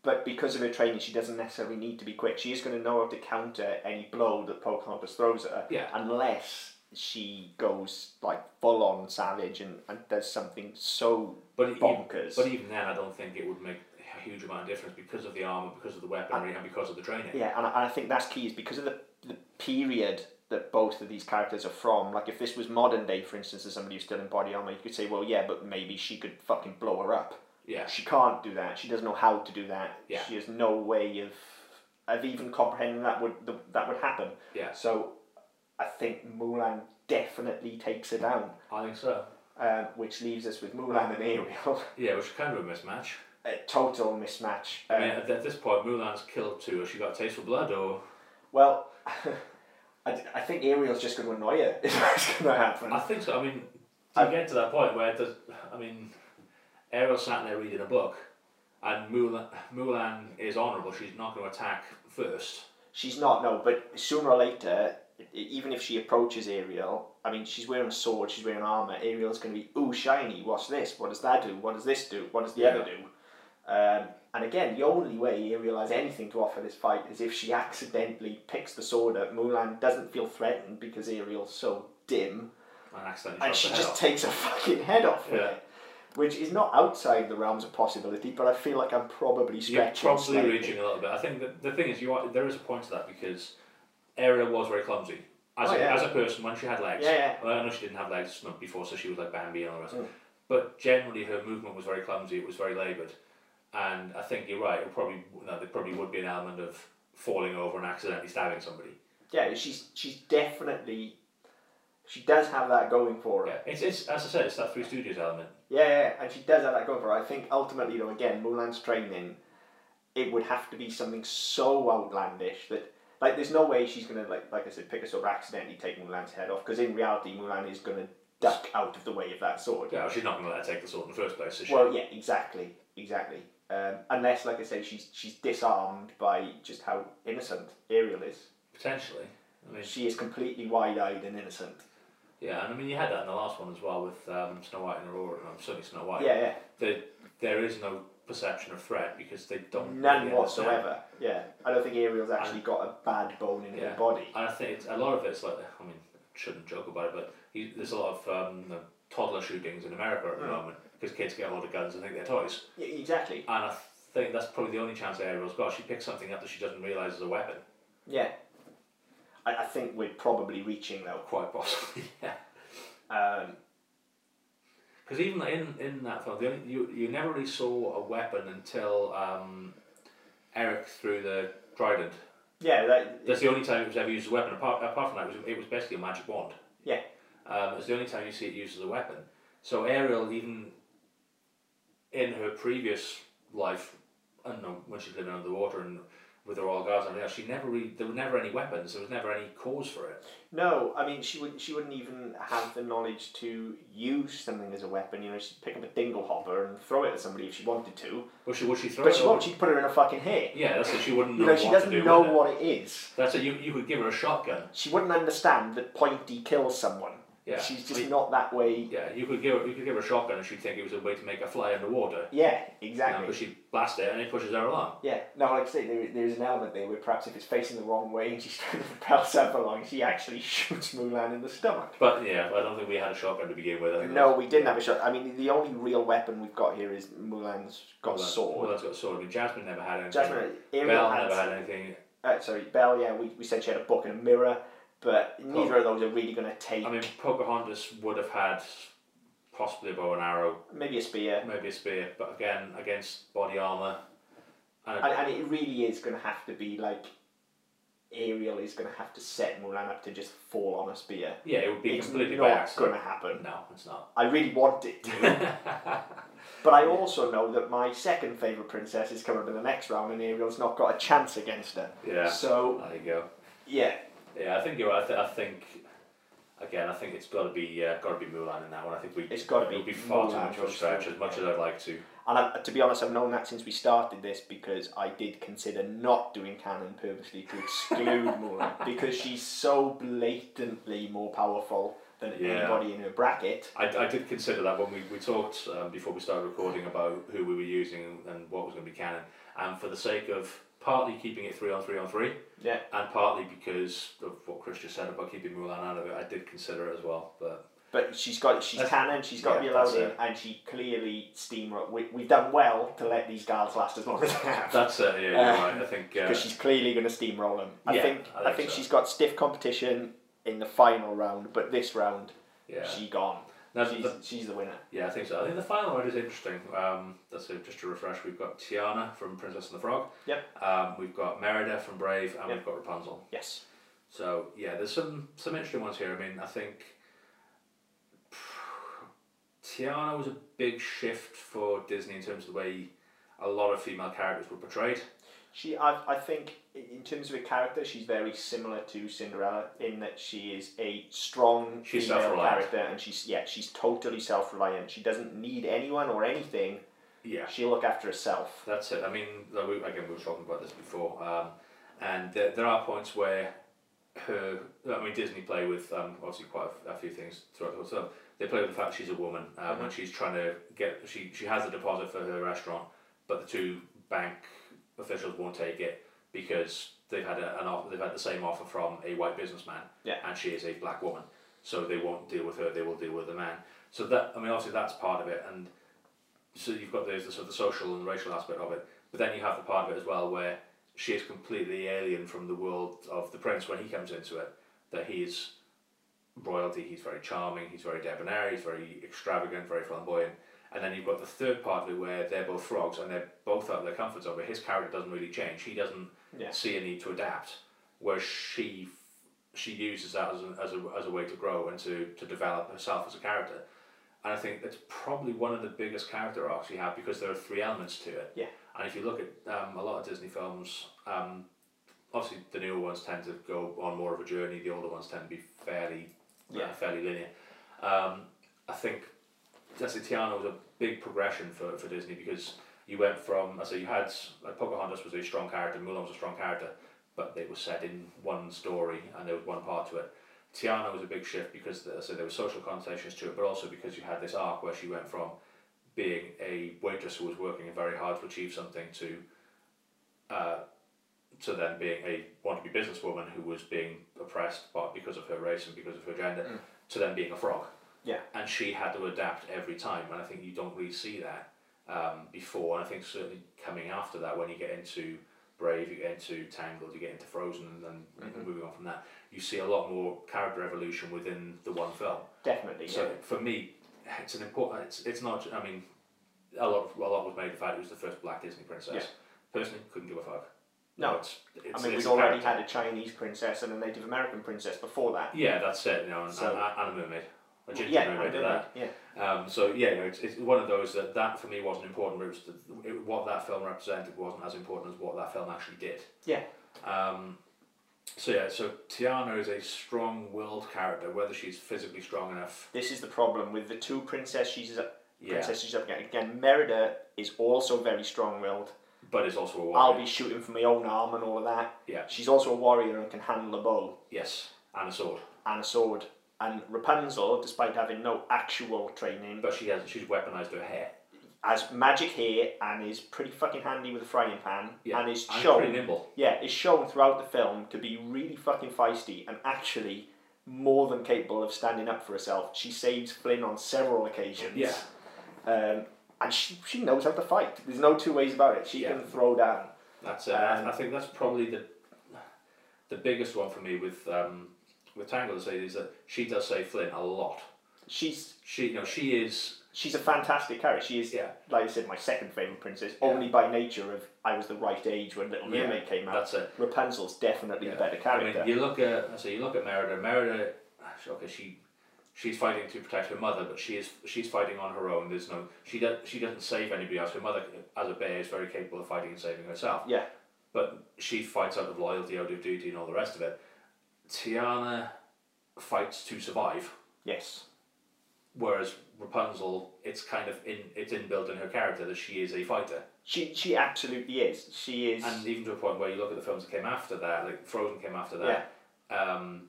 A: but because of her training, she doesn't necessarily need to be quick. She is going to know how to counter any blow that Pocahontas throws at her.
B: Yeah.
A: Unless she goes like full on savage and, and does something so
B: But e-
A: bonkers.
B: But even then, I don't think it would make a huge amount of difference because of the armor, because of the weaponry, and because of the training.
A: yeah, and I, and I think that's key is because of the, the period that both of these characters are from. Like, if this was modern day, for instance, and somebody who's still in body armor, you could say, well, yeah, but maybe she could fucking blow her up.
B: Yeah.
A: She can't do that. She doesn't know how to do that.
B: Yeah.
A: She has no way of of even comprehending that would that would happen.
B: Yeah.
A: So I think Mulan definitely takes her down,
B: I think so.
A: um, which leaves us with Mulan and Ariel.
B: Yeah, which is kind of a mismatch.
A: a total mismatch.
B: I
A: Um,
B: mean, at at this point, Mulan's killed too. Has she got a taste for blood, or
A: Well, I, d- I think Ariel's just going to annoy her. Is what's going to happen.
B: I think so. I mean, to get to that point where it does, I mean, Ariel sat there reading a book, and Mulan, Mulan is honourable. She's not going to attack first.
A: She's not no, but sooner or later, e- even if she approaches Ariel, I mean, she's wearing a sword, she's wearing armor. Ariel's going to be ooh shiny. What's this? What does that do? What does this do? What does the other do? Um, and again, the only way Ariel has anything to offer this fight is if she accidentally picks the sword up. Mulan doesn't feel threatened because Ariel's so dim,
B: And accidentally
A: and
B: shot
A: she
B: the head
A: just
B: off.
A: takes her fucking head off with
B: Yeah.
A: it. Which is not outside the realms of possibility, but I feel like I'm probably
B: You're
A: stretching.
B: probably
A: slightly.
B: reaching a little bit. I think that the thing is, you are, there is a point to that because Ariel was very clumsy as,
A: Oh,
B: a,
A: yeah.
B: as a person when she had legs.
A: Yeah, Mm.
B: Well, I know she didn't have legs not before, so she was like Bambi and all the rest. of it. But generally, her movement was very clumsy. It was very laboured, and I think you're right. It probably no, there probably would be an element of falling over and accidentally stabbing somebody.
A: yeah, she's she's definitely she does have that going for her.
B: Yeah, it's, it's as I said, it's that Three Studios element.
A: Yeah, yeah, yeah, and she does have that going for her. I think ultimately though, again, Mulan's training, it would have to be something so outlandish that Like, there's no way she's gonna like, like I said, pick us up accidentally take Mulan's head off because in reality, Mulan is gonna duck out of the way of that sword.
B: Yeah, she's not going to let her take the sword in the first place, is she?
A: Well, yeah, exactly, exactly. Um, unless, like I say, she's she's disarmed by just how innocent Ariel is.
B: Potentially. I mean,
A: She is completely wide-eyed and innocent.
B: yeah, and I mean, you had that in the last one as well with um, Snow White and Aurora, and um, certainly Snow White.
A: Yeah, yeah.
B: There, there is no perception of threat because they don't.
A: None
B: really understand.
A: whatsoever. Yeah, I don't think Ariel's actually got a bad bone in
B: Yeah.
A: her body.
B: And I think it's, a lot of it's like, I mean, shouldn't joke about it, but he, there's a lot of um, the toddler shootings in America at the moment because kids get a lot of guns and think they're toys.
A: Yeah, exactly.
B: And I think that's probably the only chance Ariel's got. She picks something up that she doesn't realise is a weapon.
A: Yeah. I, I think we're probably reaching though.
B: Quite possibly, yeah.
A: Um,
B: Because even in, in that film, the only, you, you never really saw a weapon until um, Eric threw the trident.
A: yeah, that,
B: That's the only time it was ever used as a weapon. Apart, apart from that, it was, it was basically a magic wand.
A: yeah,
B: Um, it's the only time you see it used as a weapon. So Ariel, even in her previous life, I don't know when she's living under the water and with her royal guards and everything else, she never really there were never any weapons. There was never any cause for it.
A: no, I mean she wouldn't. She wouldn't even have the knowledge to use something as a weapon. You know, she'd pick up a dingle hopper and throw it at somebody if she wanted to.
B: Would she? Would she throw
A: But
B: it?
A: she
B: or-
A: won't. She'd put her in a fucking hair.
B: Yeah, that's it. She wouldn't know
A: You know, she
B: what to do
A: doesn't know
B: with it.
A: what it is.
B: That's it. You, you could give her a shotgun.
A: She wouldn't understand that pointy kills someone.
B: Yeah.
A: She's just not that way.
B: Yeah, you could give her, you could give her a shotgun and she'd think it was a way to make her fly underwater.
A: Yeah,
B: Um,
A: exactly.
B: but she'd blast it and it pushes her along.
A: Yeah, no, like I say, there, there is an element there where perhaps if it's facing the wrong way and she's trying to propel herself along, she actually shoots Mulan in the stomach.
B: But yeah, I don't think we had a shotgun to begin with. I think
A: No,
B: that's-
A: we didn't have a shot. I mean, the only real weapon we've got here is Mulan's got a
B: Mulan-
A: sword.
B: Mulan's got a sword. I mean, Jasmine never had anything.
A: Jasmine, Ariel
B: Belle never
A: had,
B: had anything.
A: uh, sorry, Belle, yeah, we, we said she had a book and a mirror, but neither of those are really going to take,
B: I mean, Pocahontas would have had possibly a bow and arrow,
A: maybe a spear,
B: maybe a spear, but again, against body armour. And
A: and, and it really is going to have to be like, Ariel is going to have to set Mulan up to just fall on a spear.
B: yeah, it would be
A: It's
B: completely by
A: not going
B: accident.
A: to happen.
B: No, it's not.
A: I really want it to. but I also know that my second favourite princess is coming up in the next round and Ariel's not got a chance against her.
B: Yeah.
A: So,
B: There you go.
A: yeah.
B: Yeah, I think you're right. I, th- I think again, I think it's got to be uh, got to be Mulan in that one. I think we
A: It's gotta be
B: it would be far
A: Mulan
B: too much of a
A: for
B: stretch.
A: sure.
B: As much as I'd like to,
A: And I, to be honest, I've known that since we started this because I did consider not doing canon purposely to exclude Mulan because she's so blatantly more powerful than
B: Yeah.
A: anybody in her bracket.
B: I, I did consider that when we we talked um, before we started recording about who we were using and what was going to be canon, and for the sake of partly keeping it three on three on three,
A: Yeah.
B: and partly because of what Chris just said about keeping Mulan out of it, I did consider it as well. But
A: But she's got she's
B: That's-
A: canon, she's got to
B: yeah,
A: be allowed
B: that's
A: in,
B: it.
A: and she clearly steamrolled. We, we've done well to let these girls last as long as they have.
B: that's uh, yeah, you're
A: Uh,
B: right. I think uh,
A: because she's clearly going to steamroll him. I
B: Yeah,
A: think
B: I
A: I
B: think
A: think,
B: so.
A: she's got stiff competition in the final round, but this round
B: yeah.
A: she gone.
B: Now,
A: she's,
B: the-
A: she's the winner.
B: yeah, I think so. I think the final round is interesting. Um, that's it, just to refresh. We've got Tiana from Princess and the Frog.
A: Yep.
B: Um, we've got Merida from Brave, and we've
A: Yep.
B: got Rapunzel.
A: Yes.
B: So yeah, there's some some interesting ones here. I mean, I think Tiana was a big shift for Disney in terms of the way a lot of female characters were portrayed.
A: She I, I think i- in terms of her character, she's very similar to Cinderella in that she is a strong
B: She's
A: female
B: self-reliant.
A: character and she's yeah, she's totally self reliant. She doesn't need anyone or anything.
B: Yeah.
A: She'll look after herself.
B: That's it. I mean, like we, again, we were talking about this before, um, and there, there are points where her, I mean, Disney play with um, obviously quite a, a few things throughout the whole film. They play with the fact she's a woman, um, and she's trying to get. She she has the deposit for her restaurant, but the two bank officials won't take it because they've had a, an offer. They've had the same offer from a white businessman,
A: Yeah.
B: and she is a black woman, so they won't deal with her. They will deal with the man. So that I mean, obviously that's part of it, and so you've got there's the sort of the social and racial aspect of it, but then you have the part of it as well where she is completely alien from the world of the prince when he comes into it. That he's royalty, he's very charming, he's very debonair, he's very extravagant, very flamboyant. And then you've got the third part of it where they're both frogs and they're both out of their comfort zone, but his character doesn't really change. He doesn't
A: Yeah.
B: see a need to adapt, whereas she she uses that as a, as a, as a way to grow and to, to develop herself as a character. And I think that's probably one of the biggest character arcs you have because there are three elements to it.
A: Yeah.
B: And if you look at um, a lot of Disney films, um, obviously the newer ones tend to go on more of a journey. The older ones tend to be fairly,
A: Yeah.
B: uh, fairly linear. Um, I think that's it, Tiana was a big progression for, for Disney because you went from I say you had like Pocahontas was a strong character, Mulan was a strong character, but they were set in one story and there was one part to it. Tiana was a big shift because the, so there were social connotations to it, but also because you had this arc where she went from being a waitress who was working very hard to achieve something to uh, to then being a wannabe businesswoman who was being oppressed but because of her race and because of her gender to then being a frog
A: Yeah.
B: and she had to adapt every time and i think you don't really see that um, before and i think certainly coming after that when you get into brave you get into tangled you get into frozen and then you
A: Mm-hmm.
B: know, moving on from that you see a lot more character evolution within the one film
A: Definitely. Yeah.
B: so for me, it's an important. It's, it's not. I mean, a lot a lot was made of the fact it was the first black Disney princess.
A: Yeah.
B: Personally, couldn't give a fuck.
A: No.
B: it's, it's,
A: I mean,
B: it's
A: we'd
B: a
A: already
B: character.
A: had a Chinese princess and a Native American princess before that.
B: Yeah, that's it. You know, and,
A: So-
B: and, and a mermaid. A ginger
A: yeah,
B: mermaid.
A: and
B: at that.
A: yeah,
B: Um, so yeah, you know, it's, it's one of those that that for me wasn't important. But it was the, it, what that film represented wasn't as important as what that film actually did.
A: yeah,
B: Um, so yeah, so Tiana is a strong-willed character, whether she's physically strong enough.
A: This is the problem with the two princess she's up,
B: Yeah.
A: princess she's up against. Again, Merida is also very strong-willed.
B: But is also a warrior.
A: I'll be shooting for my own arm and all of that.
B: Yeah.
A: She's also a warrior and can handle a bow
B: Yes, and a sword.
A: and a sword. And Rapunzel, despite having no actual training,
B: But she has she's weaponized her hair.
A: has magic hair and is pretty fucking handy with a frying pan
B: Yeah.
A: and is
B: and
A: shown
B: pretty nimble.
A: yeah, is shown throughout the film to be really fucking feisty and actually more than capable of standing up for herself. She saves Flynn on several occasions.
B: Yeah.
A: Um, and she, she knows how to fight. There's no two ways about it. She
B: Yeah.
A: can throw down.
B: That's it. I-
A: Um,
B: I think that's probably the the biggest one for me with um, with Tangle to say is that she does say Flynn a lot.
A: She's
B: She you know she is
A: she's a fantastic character. She is,
B: Yeah.
A: like I said, my second favourite princess, only by nature of I was the right age when Little
B: Yeah,
A: Mermaid came out.
B: that's it.
A: Rapunzel's definitely the better character.
B: I mean, you look at so you look at Merida. Merida, okay, she she's fighting to protect her mother, but she is she's fighting on her own. There's no she does she doesn't save anybody else. Her mother, as a bear, is very capable of fighting and saving herself.
A: yeah.
B: but she fights out of loyalty, out of duty, and all the rest of it. Tiana fights to survive,
A: Yes.
B: whereas Rapunzel, it's kind of in it's inbuilt in her character that she is a fighter,
A: She she absolutely is. She is
B: and uh, even to a point where you look at the films that came after that, like Frozen came after that. Um,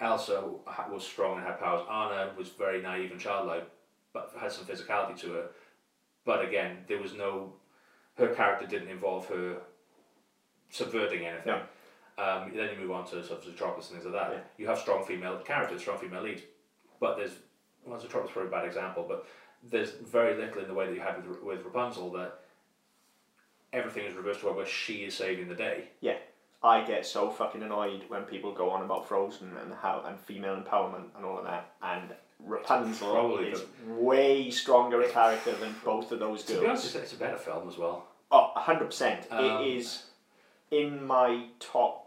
B: Elsa ha- was strong and had powers. Anna was very naive and childlike, but had some physicality to her. But again, there was no. Her character didn't involve her subverting anything.
A: No.
B: Um, then you move on to sort of Patroclus and things like that.
A: Yeah.
B: You have strong female characters, strong female leads, but there's well, Patroclus is probably a bad example, but there's very little in the way that you had with, with Rapunzel that everything is reversed to her, where she is saving the day.
A: Yeah, I get so fucking annoyed when people go on about Frozen and how and female empowerment and all of that, and Rapunzel
B: probably
A: is way stronger a character than both of those
B: To be
A: girls.
B: honest, it's, it's a better film as well.
A: Oh, hundred percent.
B: Um,
A: It is in my top.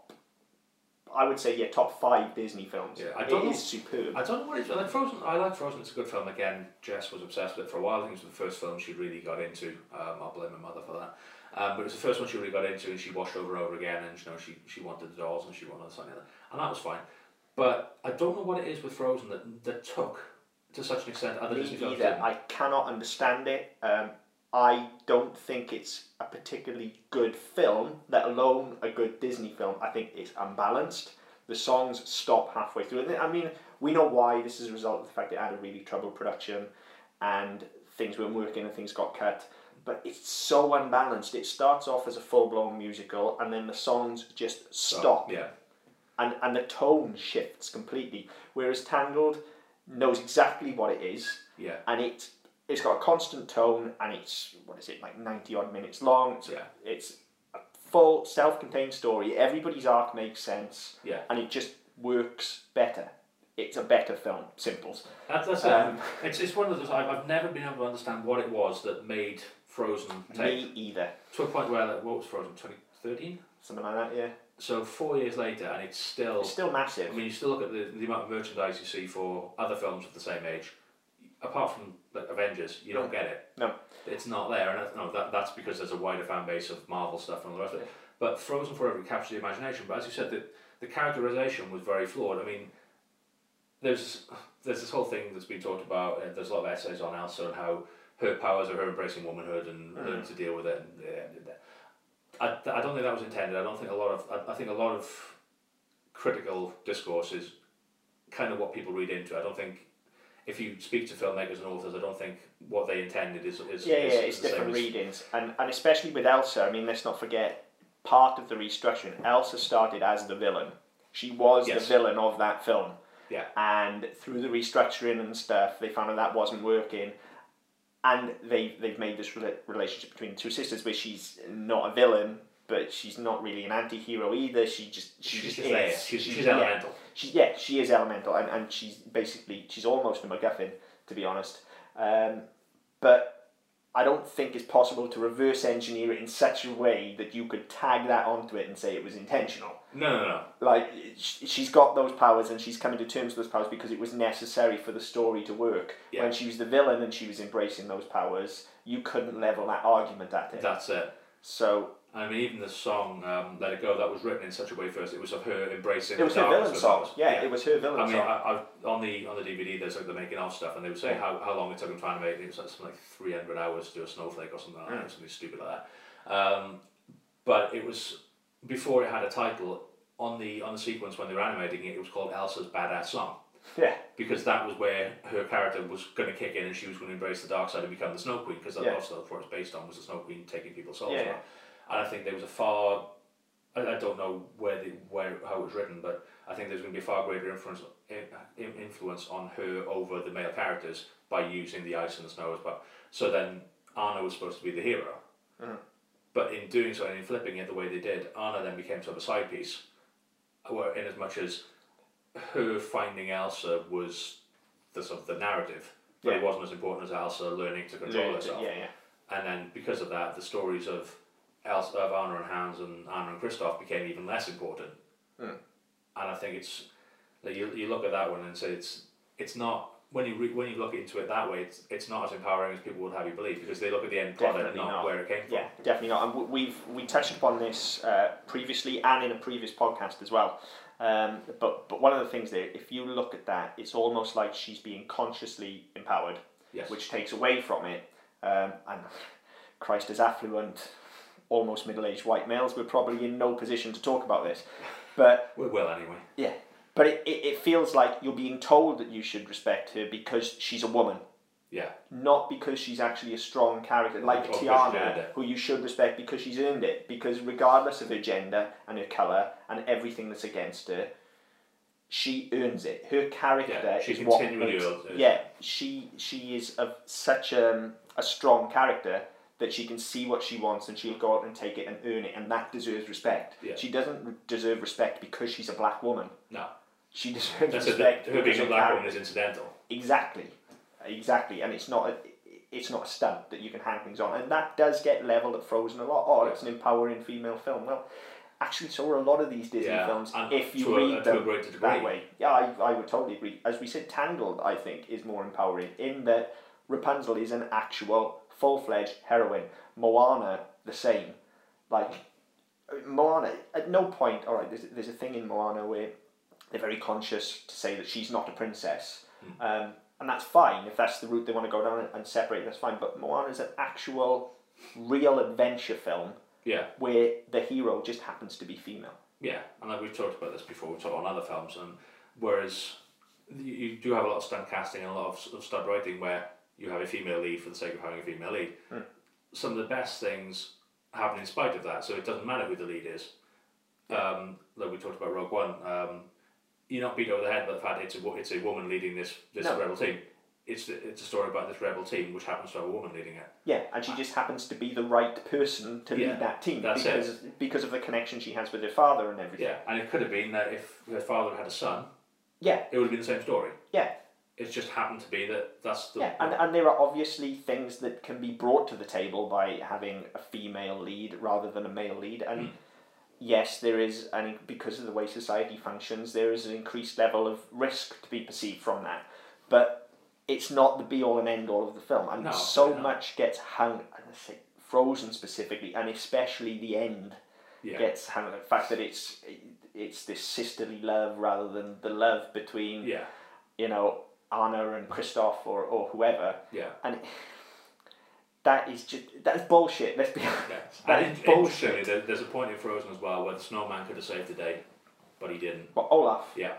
A: I would say yeah, top five Disney films.
B: Yeah, I
A: It
B: don't know-
A: is superb.
B: I don't know what it's like. Frozen. I like Frozen. It's a good film. Again, Jess was obsessed with it for a while. I think it was the first film she really got into. Um, I'll blame her mother for that. Um, but it was the first one she really got into, and she watched over and over again. And you know, she she wanted the dolls, and she wanted something like that, and that was fine. But I don't know what it is with Frozen that that took to such an extent other
A: Me
B: Disney films
A: either.
B: didn't.
A: I cannot understand it. Um, I don't think it's a particularly good film, let alone a good Disney film. I think it's unbalanced. The songs stop halfway through. And I mean, we know why. This is a result of the fact it had a really troubled production and things weren't working and things got cut. But it's so unbalanced. It starts off as a full blown musical and then the songs just stop
B: Yeah.
A: and and the tone shifts completely. Whereas Tangled knows exactly what it is,
B: Yeah.
A: and it it's got a constant tone, and it's what is it like ninety odd minutes long. It's,
B: Yeah.
A: it's a full self-contained story. Everybody's arc makes sense,
B: Yeah.
A: and it just works better. It's a better film. Simples.
B: That's, that's
A: Um,
B: it. It's, it's one of those. I've, I've never been able to understand what it was that made Frozen take
A: Me either.
B: to a point where like, what was Frozen twenty thirteen.
A: Something like that. Yeah.
B: So four years later, and it's still.
A: It's still massive.
B: I mean, you still look at the, the amount of merchandise you see for other films of the same age. Apart from like, Avengers, you don't get it.
A: No.
B: It's not there, and that's, no, that, that's because there's a wider fan base of Marvel stuff and all the rest of it. But Frozen Forever captured the imagination. But as you said, the, the characterization was very flawed. I mean, there's there's this whole thing that's been talked about. Uh, there's a lot of essays on Elsa and how her powers are her embracing womanhood and
A: Mm.
B: learning to deal with it. And, yeah, and that. I, I don't think that was intended. I don't think a lot of I, I think a lot of critical discourse is kind of what people read into. I don't think if you speak to filmmakers and authors, I don't think what they intended is is
A: Yeah,
B: is,
A: yeah,
B: is
A: it's
B: the same
A: different
B: as-
A: readings, and and especially with Elsa. I mean, let's not forget part of the restructuring. Elsa started as the villain. She was
B: Yes.
A: the villain of that film,
B: Yeah,
A: and through the restructuring and stuff, they found out that wasn't working, and they they've made this rela- relationship between the two sisters where she's not a villain. But she's not really an anti-hero either. She just she
B: she's,
A: just
B: just there.
A: is.
B: She's, she's,
A: yeah.
B: elemental.
A: She, yeah, she is elemental, and, and she's basically she's almost a MacGuffin, to be honest. Um, but I don't think it's possible to reverse engineer it in such a way that you could tag that onto it and say it was intentional.
B: No, no, no.
A: Like sh- she's got those powers, and she's coming to terms with those powers because it was necessary for the story to work.
B: Yeah.
A: When she was the villain and she was embracing those powers, you couldn't level that argument at it.
B: That's it.
A: So
B: I mean, even the song um, "Let It Go" that was written in such a way first. It was of her embracing.
A: it was
B: the
A: her
B: darkness
A: villain
B: of
A: song.
B: those.
A: Yeah, it was her villain
B: I mean,
A: song.
B: I, I, on the on the DVD, there's like the making of stuff, and they would say how, how long it took them to animate. and It was like, something like three hundred hours to do a snowflake or something like that,
A: Mm.
B: something stupid like that. Um, but it was before it had a title on the on the sequence when they were animating it. It was called Elsa's Badass Song
A: yeah,
B: because that was where her character was going to kick in and she was going to embrace the dark side and become the Snow Queen because that's
A: Yeah.
B: also what it's based on was the Snow Queen taking people's souls.
A: Yeah.
B: away. And I think there was a far, I, I don't know where the where how it was written, but I think there's going to be a far greater influence in, in- influence on her over the male characters by using the ice and the snow as well. So then Anna was supposed to be the hero. But in doing so and in flipping it the way they did, Anna then became sort of a side piece. Where in as much as her finding Elsa was the sort of the narrative, but it
A: Yeah.
B: wasn't as important as Elsa learning to control
A: yeah,
B: herself.
A: yeah, yeah.
B: And then because of that, the stories of Elsa, of Anna and Hans and Anna and Kristoff became even less important.
A: Hmm.
B: And I think it's like you, you look at that one and say it's it's not when you re, when you look into it that way, it's it's not as empowering as people would have you believe because they look at the end product,
A: Definitely
B: not,
A: not.
B: where it came from.
A: Yeah, definitely not. And w- we've we touched upon this uh, previously and in a previous podcast as well. Um, but but one of the things there, if you look at that, it's almost like she's being consciously empowered,
B: Yes.
A: which takes away from it. Um, and Christ is affluent, almost middle aged white males. We're probably in no position to talk about this, but
B: well, anyway.
A: yeah, but it, it, it feels like you're being told that you should respect her because she's a woman
B: Yeah.
A: not because she's actually a strong character like
B: Or because she earned
A: Tiana,
B: it.
A: who you should respect because she's earned it. Because regardless of her gender and her color and everything that's against her, she earns it. Her character
B: Yeah, she
A: is what
B: continually
A: makes,
B: earns it.
A: yeah she she is of such um, a strong character that she can see what she wants and she'll go out and take it and earn it and that deserves respect.
B: Yeah.
A: She doesn't deserve respect because she's a black woman.
B: No.
A: She deserves
B: That's a,
A: respect.
B: her
A: because
B: being a
A: her
B: black
A: character-
B: woman is incidental.
A: Exactly, exactly, and it's not a, it's not a stunt that you can hang things on, and that does get levelled at Frozen a lot. Oh, it's an empowering female film. Well, actually, so are a lot of these Disney
B: Yeah,
A: films.
B: and
A: If you
B: to a-
A: read
B: to a
A: them
B: greater degree.
A: that way, yeah, I, I would totally agree. As we said, Tangled, I think, is more empowering in that Rapunzel is an actual full fledged heroine. Moana, the same. Like Moana, at no point. All right, there's there's a thing in Moana where they're very conscious to say that she's not a princess.
B: Hmm.
A: Um, and that's fine if that's the route they want to go down and, and separate, that's fine. But Moana is an actual, real adventure film
B: Yeah.
A: where the hero just happens to be female.
B: Yeah, and like we've talked about this before, we've talked on other films, and whereas you, you do have a lot of stunt casting and a lot of, s- of stunt writing where you have a female lead for the sake of having a female lead,
A: Hmm.
B: some of the best things happen in spite of that, so it doesn't matter who the lead is. Um, like we talked about Rogue One, um, you're not beat over the head by the fact it's a, wo- it's a woman leading this, this
A: No.
B: rebel team. It's, the, it's a story about this rebel team which happens to have a woman leading it.
A: Yeah, and she just happens to be the right person to
B: Yeah,
A: lead that team
B: that's
A: because because of the connection she has with her father and everything.
B: Yeah, and it could have been that if her father had a son,
A: Yeah,
B: it would have been the same story.
A: yeah,
B: It's just happened to be that that's the
A: yeah. And, and there are obviously things that can be brought to the table by having a female lead rather than a male lead.
B: Hmm.
A: And yes, there is, and because of the way society functions, there is an increased level of risk to be perceived from that. But it's not the be all and end all of the film, and
B: No,
A: so
B: no.
A: much gets hung, and I say Frozen specifically, and especially the end,
B: Yeah.
A: gets hammered. The fact that it's it's this sisterly love rather than the love between
B: Yeah,
A: you know Anna and Christoph or, or whoever,
B: yeah.
A: and it, that is just that's bullshit. Let's be honest.
B: yeah.
A: That
B: And
A: is
B: in-
A: bullshit.
B: interestingly, there- There's a point in Frozen as well where the snowman could have saved the day, but he didn't.
A: But Olaf.
B: Yeah.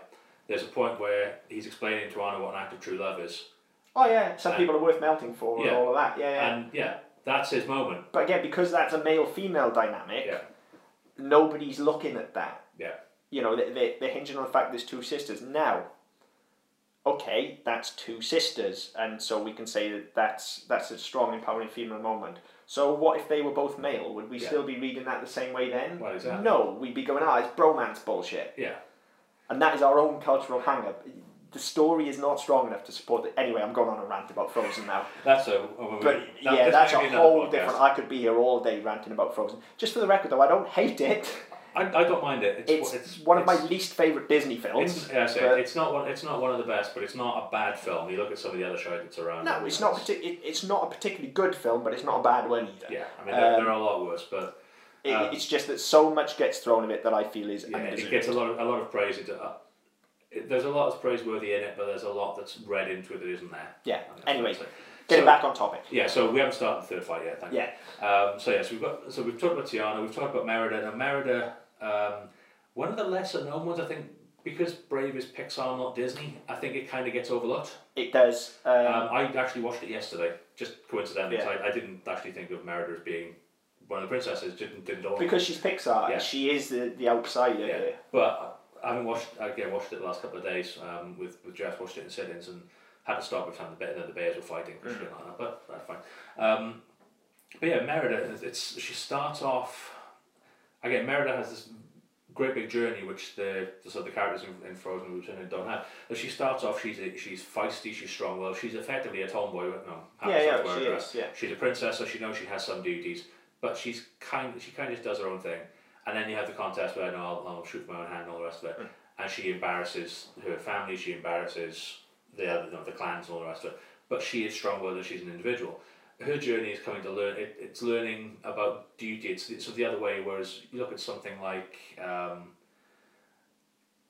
B: There's a point where he's explaining to Anna what an act of true love is.
A: Oh yeah, some
B: And-
A: people are worth melting for and
B: Yeah.
A: all of that. Yeah, yeah.
B: And yeah, that's his moment.
A: but again, because that's a male female dynamic,
B: Yeah.
A: nobody's looking at that.
B: Yeah.
A: You know, they, they, they're hinging on the fact there's two sisters. Now, okay, that's two sisters, and so we can say that that's, that's a strong, empowering female moment. So, what if they were both male? Would we
B: Yeah.
A: still be reading that the same way then?
B: Well, exactly.
A: No, we'd be going, ah, it's bromance bullshit.
B: Yeah.
A: And that is our own cultural hang up. The story is not strong enough to support it. Anyway, I'm going on a rant about Frozen now.
B: That's a. oh, we-
A: But
B: that-
A: yeah,
B: this
A: that's a
B: may be another
A: whole
B: podcast.
A: different. I could be here all day ranting about Frozen. Just for the record, though, I don't hate it.
B: I, I don't mind it.
A: It's,
B: It's, it's
A: one of my
B: it's-
A: least favorite Disney films.
B: It's, yeah, I say,
A: but-
B: it's not one. It's not one of the best, but it's not a bad film. You look at some of the other shows that's around.
A: no,
B: and
A: it's not.
B: that's-
A: Partic- it, it's not a particularly good film, but it's not a bad one either.
B: Yeah, I mean, there,
A: Um,
B: there are a lot worse, but
A: It-
B: um,
A: it's just that so much gets thrown of it that I feel is
B: yeah, it
A: undeserved.
B: gets a lot of a lot of praise. It, uh, it- there's a lot that's praiseworthy in it, but there's a lot that's read into it that isn't there.
A: yeah.
B: And that's
A: Anyway,
B: what I'm saying.
A: getting
B: So-
A: back on topic.
B: Yeah, so we haven't started the third fight yet. Thank
A: Yeah.
B: You. Um, so yes, we've got so we've talked about Tiana, we've talked about Merida, and Merida, um, one of the lesser known ones, I think, because Brave is Pixar, not Disney. I think it kind of gets overlooked.
A: It does. Um,
B: Um, I actually watched it yesterday, just coincidentally. 'cause
A: Yeah.
B: I, I didn't actually think of Merida as being one of the princesses. Didn't didn't dawn on me.
A: because she's Pixar,
B: yeah.
A: she is the, the outsider.
B: Yeah.
A: here.
B: But I haven't watched again. Watched it the last couple of days um, with with Jess. Watched it in sittings and had to stop every time the bear, the bears were fighting and shit like that. But that's fine. Um, but yeah, Merida. It's she starts off again. Merida has this great big journey which the, the sort of the characters in, in Frozen Return and don't have. But she starts off. She's a, she's feisty. She's strong. Well, she's effectively a tomboy. but No, happens
A: Yeah,
B: not to
A: yeah,
B: wear a
A: she
B: dress.
A: is, yeah.
B: She's a princess, so she knows she has some duties. But she's kind. She kind of just does her own thing. And then you have the contest where no, I'll, I'll shoot my own hand and all the rest of it. And she embarrasses her family. She embarrasses the other, you know, the clans and all the rest of it. But she is stronger than she's an individual. Her journey is coming to learn. It, it's learning about duty. It's the, so the other way. Whereas you look at something like. Um,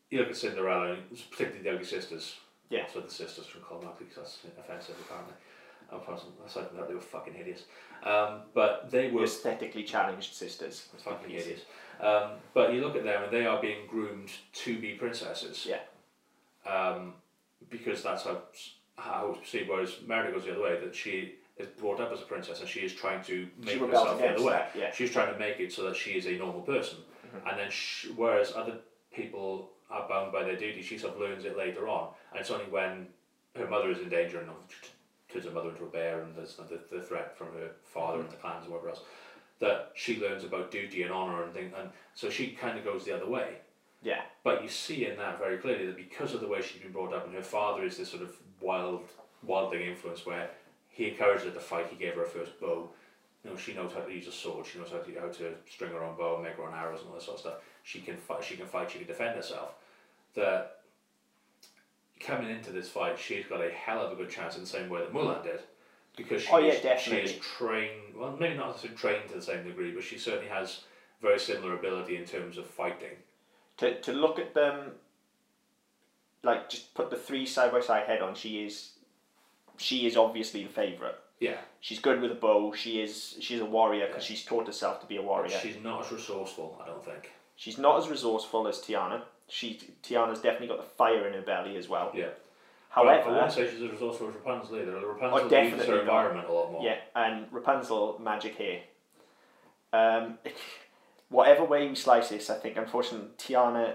B: you look at Cinderella, and particularly the Ugly Sisters.
A: Yeah.
B: So the sisters from Colmark, because that's offensive apparently. Apart from- Aside from that, they were fucking hideous. Um, but they were
A: Aesthetically challenged sisters.
B: fucking hideous. Um, but you look at them, and they are being groomed to be princesses.
A: Yeah.
B: Um, because that's how how it was perceived. Whereas Merida goes the other way, that she is brought up as a princess, and she is trying to make
A: rebels
B: herself the other
A: against
B: way.
A: that, yeah.
B: She's trying to make it so that she is a normal person, and then sh whereas other people are bound by their duty, she sort of learns it later on, and it's only when her mother is in danger and t- t- turns her mother into a bear, and there's the, the threat from her father and the clans and whatever else, that she learns about duty and honor and things, and so she kind of goes the other way.
A: Yeah.
B: But you see in that very clearly that because of the way she's been brought up, and her father is this sort of wild, wildling influence where he encouraged her to fight, he gave her a first bow. You know, she knows how to use a sword, she knows how to, how to string her own bow, make her own arrows, and all that sort of stuff. She can fight, she can fight, she can defend herself. That coming into this fight, she's got a hell of a good chance in the same way that Mulan did. Because she,
A: Oh, yeah,
B: is, she
A: definitely.
B: is trained, well, maybe not necessarily trained to the same degree, but she certainly has very similar ability in terms of fighting.
A: to, to look at them like just put the three side by side head on she is she is obviously the favorite
B: Yeah.
A: she's good with a bow she is she's a warrior because she's taught herself to be a warrior
B: She's not as resourceful, I don't think.
A: she's not as resourceful as tiana she tiana's definitely got the fire in her belly as well
B: Yeah. I
A: however
B: wouldn't say she's as resourceful as Rapunzel either.
A: Oh,
B: Rapunzel uses
A: definitely
B: her
A: not.
B: environment a lot more.
A: yeah and rapunzel magic here um, whatever way we slice this i think unfortunately tiana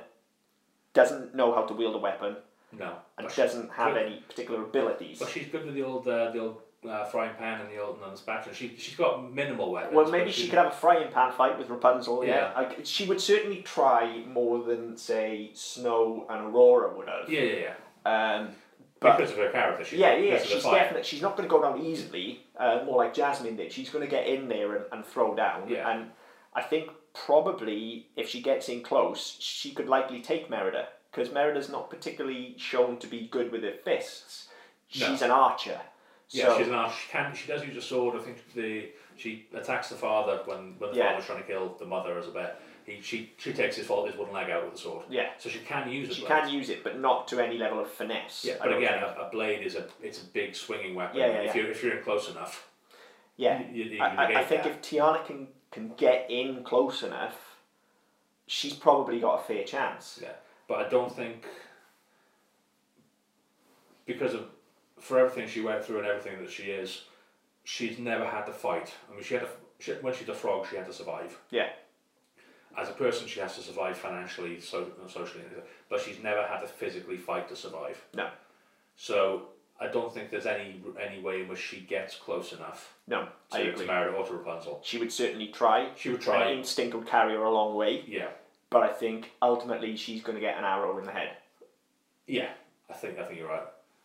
A: doesn't know how to wield a weapon
B: No.
A: and
B: But she-
A: doesn't have
B: but-
A: any particular abilities
B: But she's good with the old, uh, the old uh, frying pan and the old and the spatula. She she's got minimal weapons.
A: Well,
B: but
A: maybe she could have a frying pan fight with Rapunzel. Yeah,
B: Yeah.
A: Like, she would certainly try more than say Snow and Aurora would have.
B: Yeah, yeah, yeah.
A: Um, but
B: because of her character, she's
A: yeah,
B: because
A: yeah,
B: of the
A: she's
B: fire.
A: definitely she's not going to go down easily. Uh, more like Jasmine did. She's going to get in there and, and throw down.
B: Yeah.
A: And I think probably if she gets in close, she could likely take Merida because Merida's not particularly shown to be good with her fists.
B: No.
A: She's an archer.
B: Yeah,
A: so,
B: she's an arch. She can. She does use a sword. I think the she attacks the father when when the
A: Yeah.
B: father's trying to kill the mother as a bear. He, she, she takes his fault his one leg out with a sword.
A: Yeah.
B: So she can use it.
A: She can use it, but not to any level of finesse.
B: Yeah,
A: I
B: but
A: don't
B: again, uh,
A: think.
B: a, a blade is a it's a big swinging weapon.
A: Yeah, yeah,
B: if
A: yeah.
B: you if you're in close enough,
A: yeah.
B: you, you, you
A: I, I, I
B: negate
A: think
B: that.
A: if Tiana can can get in close enough, she's probably got a fair chance.
B: Yeah, but I don't think because of for everything she went through and everything that she is, she's never had to fight. I mean, she had to, she, when she's a frog, she had to survive.
A: Yeah,
B: As a person, she has to survive financially, so and socially, but she's never had to physically fight to survive.
A: no,
B: So I don't think there's any any way in which she gets close enough
A: no, I
B: to, to
A: agree.
B: marry or to Rapunzel.
A: She would certainly try.
B: She would try.
A: An instinct would carry her a long way,
B: Yeah,
A: but I think ultimately she's going to get an arrow in the head,
B: yeah. I think I think you're right.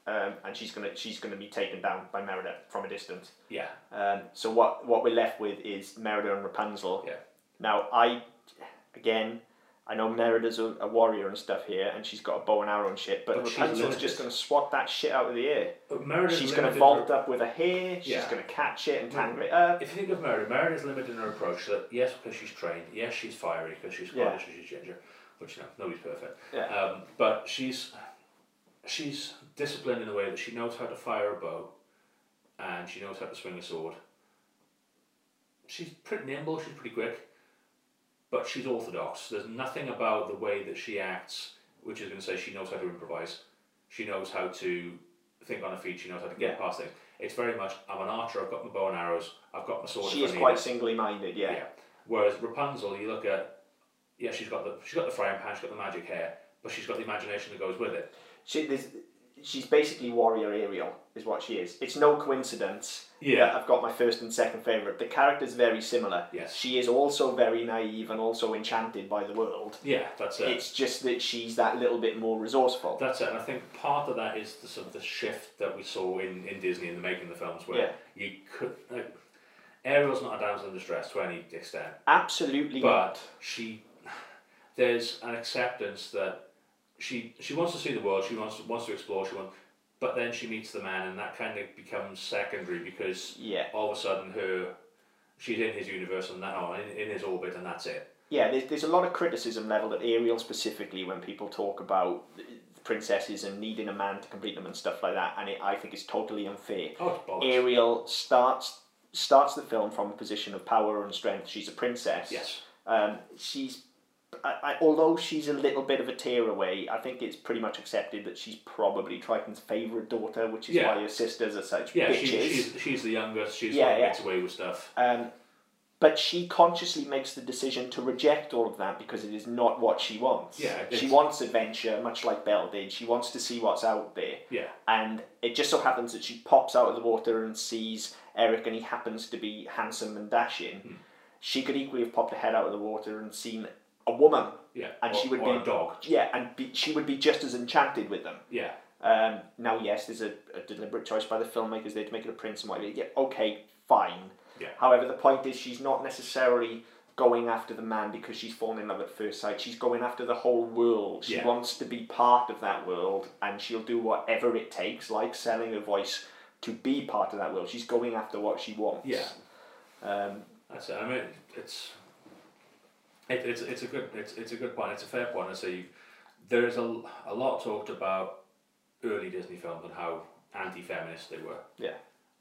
A: um, and she's going to she's going to be taken down by Merida from a distance.
B: Yeah,
A: Um, so what what we're left with is Merida and Rapunzel.
B: yeah.
A: Now I, again, I know Merida's a, a warrior and stuff here, and she's got a bow and arrow and shit, but,
B: But she's
A: Rapunzel's
B: limited.
A: just going to swat that shit out of the air.
B: But Merida's
A: she's going to
B: limited
A: vault up with her hair. She's
B: Yeah. Mm-hmm.
A: going to catch it and tangle it
B: her-
A: up.
B: If you think of Merida, Merida is limited in her approach. That yes, because she's trained. Yes, she's fiery because she's
A: Yeah.
B: yeah. because she's ginger, which you know nobody's perfect.
A: Yeah.
B: Um, but she's she's disciplined in a way that she knows how to fire a bow, and she knows how to swing a sword. She's pretty nimble. She's pretty quick, but she's orthodox. There's nothing about the way that she acts which is going to say she knows how to improvise. She knows how to think on her feet. She knows how to get past things. It's very much I'm an archer. I've got my bow and arrows. I've got my sword.
A: She
B: if
A: is
B: I need
A: quite
B: it."
A: singly minded. Yeah.
B: Yeah. Whereas Rapunzel, you look at, yeah, she's got the she's got the frying pan, she's got the magic hair, but she's got the imagination that goes with it.
A: She there's, she's basically warrior Ariel is what she is. It's no coincidence.
B: Yeah.
A: that I've got my first and second favorite. The character's very similar.
B: Yes.
A: She is also very naive and also enchanted by the world.
B: Yeah, that's it.
A: It's just that she's that little bit more resourceful.
B: that's it. And I think part of that is the sort of the shift that we saw in, in Disney in the making of the films, where you could. Like, Ariel's not a damsel in distress to any extent,
A: Absolutely.
B: but she there's an acceptance that she she wants to see the world she wants wants to explore she wants but then she meets the man and that kind of becomes secondary because
A: Yeah.
B: all of a sudden her she's in his universe and that oh, in, in his orbit and that's it
A: Yeah, there's, there's a lot of criticism leveled at Ariel specifically when people talk about uh, princesses and needing a man to complete them and stuff like that, and it, I think it's totally unfair.
B: oh it's bollocks
A: Ariel starts starts the film from a position of power and strength. She's a princess.
B: yes
A: Um, she's, I, I, although she's a little bit of a tear away, I think it's pretty much accepted that she's probably Triton's favourite daughter, which is
B: Yeah.
A: why her sisters are such
B: yeah she,
A: bitches.
B: she's she's the youngest she's
A: Yeah,
B: the one who
A: yeah.
B: gets away with stuff
A: Um, but she consciously makes the decision to reject all of that because it is not what she wants.
B: Yeah, it
A: she
B: is.
A: wants adventure, much like Belle did. She wants to see what's out there.
B: yeah
A: And it just so happens that she pops out of the water and sees Eric, and he happens to be handsome and dashing.
B: Hmm.
A: She could equally have popped her head out of the water and seen a woman.
B: yeah
A: And
B: or,
A: she would
B: or
A: be-
B: a dog
A: Yeah, and be, she would be just as enchanted with them.
B: yeah
A: Um, now, yes, there's a, a deliberate choice by the filmmakers there to make it a prince and whatever. Yeah, okay, fine.
B: Yeah.
A: However, the point is she's not necessarily going after the man because she's fallen in love at first sight. She's going after the whole world. She
B: Yeah.
A: wants to be part of that world, and she'll do whatever it takes, like selling her voice, to be part of that world. She's going after what she wants.
B: yeah
A: Um,
B: That's it. I mean, it's it, it's it's a good it's it's a good point. It's a fair point. I see. There is a, l- a lot talked about early Disney films and how anti-feminist they were,
A: yeah.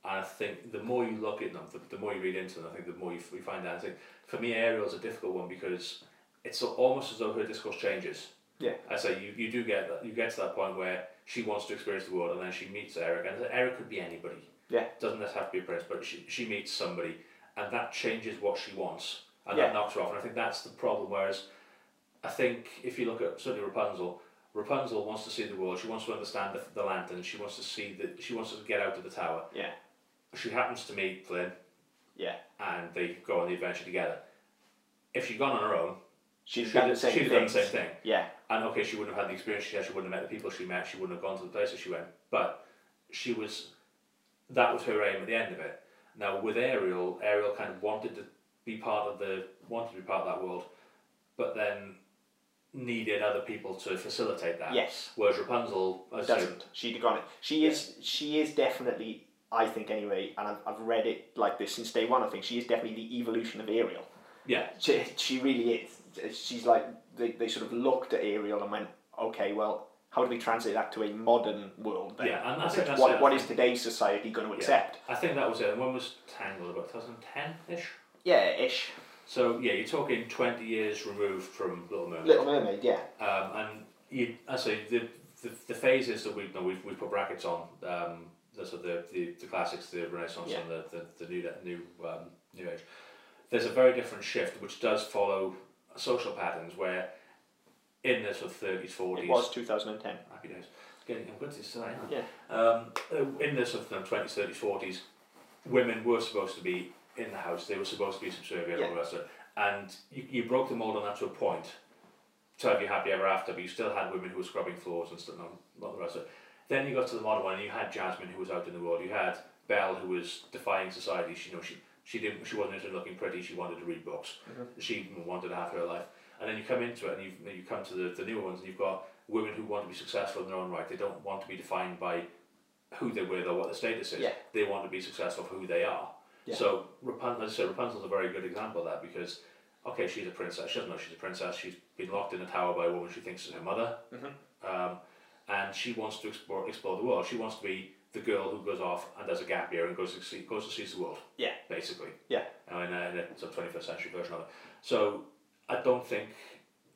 B: and I think the more you look at them, the, the more you read into them. I think the more you, f- you find out. I think for me, Ariel's a difficult one because it's so- almost as though her discourse changes.
A: Yeah.
B: I say you, you do get that you get to that point where she wants to experience the world and then she meets Eric and Eric could be anybody.
A: Yeah.
B: Doesn't necessarily have to be a prince, but she, she meets somebody and that changes what she wants and
A: Yeah.
B: that knocks her off. And I think that's the problem. Whereas I think if you look at certainly Rapunzel, Rapunzel wants to see the world. She wants to understand the, the lantern. She wants to see the. She wants to get out of the tower.
A: Yeah.
B: She happens to meet Flynn
A: Yeah.
B: and they go on the adventure together. If she'd gone on her own,
A: She'd have
B: she'd,
A: done the
B: have-
A: same
B: she'd
A: thing.
B: have done the same thing.
A: Yeah.
B: And okay, she wouldn't have had the experience she had, she wouldn't have met the people she met, she wouldn't have gone to the places she went, but she was, that was her aim at the end of it. Now, with Ariel, Ariel kind of wanted to be part of the, wanted to be part of that world, but then needed other people to facilitate that.
A: Yes.
B: Whereas Rapunzel, as I say,
A: doesn't. She'd have gone. it. She is. She is definitely. I think anyway, and I've, I've read it like this since day one. I think she is definitely the evolution of Ariel.
B: yeah,
A: She, she really is. she's like they, they sort of looked at Ariel and went, okay, well, how do we translate that to a modern world? Then?
B: Yeah, and I think that's
A: what
B: it.
A: what is today's society going to accept?
B: I think that was it. When was Tangled? About 2010 ish?
A: Yeah, ish.
B: So, yeah, you're talking 20 years removed from Little Mermaid.
A: Little Mermaid, yeah,
B: Um, and you, I say the, the the phases that we've no, we've, we've put brackets on. Um, the, so the, the the classics, the Renaissance,
A: Yeah.
B: and the the, the new new um, new age. There's a very different shift which does follow social patterns where, in the sort of thirties,
A: it
B: forties,
A: was 2010.
B: happy days. Getting I'm good to say. aren't I?
A: Yeah.
B: um, in the sort of twenties, thirties, forties, women were supposed to be in the house. They were supposed to be subservient and all the rest of it. And you, you broke the mold on that to a point to have you happy ever after. But you still had women who were scrubbing floors and stuff, and all the rest of it. Then you got to the modern one, and you had Jasmine who was out in the world. You had Belle who was defying society. She you know she she didn't she wasn't interested in looking pretty. She wanted to read books. She wanted to have her life. And then you come into it, and you you come to the the newer ones, and you've got women who want to be successful in their own right. They don't want to be defined by who they're with or what their status is.
A: Yeah.
B: They want to be successful for who they are.
A: Yeah.
B: So Rapunzel, so Rapunzel's a very good example of that because, okay, she's a princess. She doesn't know she's a princess. She's been locked in a tower by a woman she thinks is her mother, um, and she wants to explore explore the world. She wants to be the girl who goes off and does a gap year and goes to see, goes and sees the world.
A: Yeah.
B: Basically.
A: Yeah.
B: I mean, uh, in a sort of 21st century version of it. So I don't think,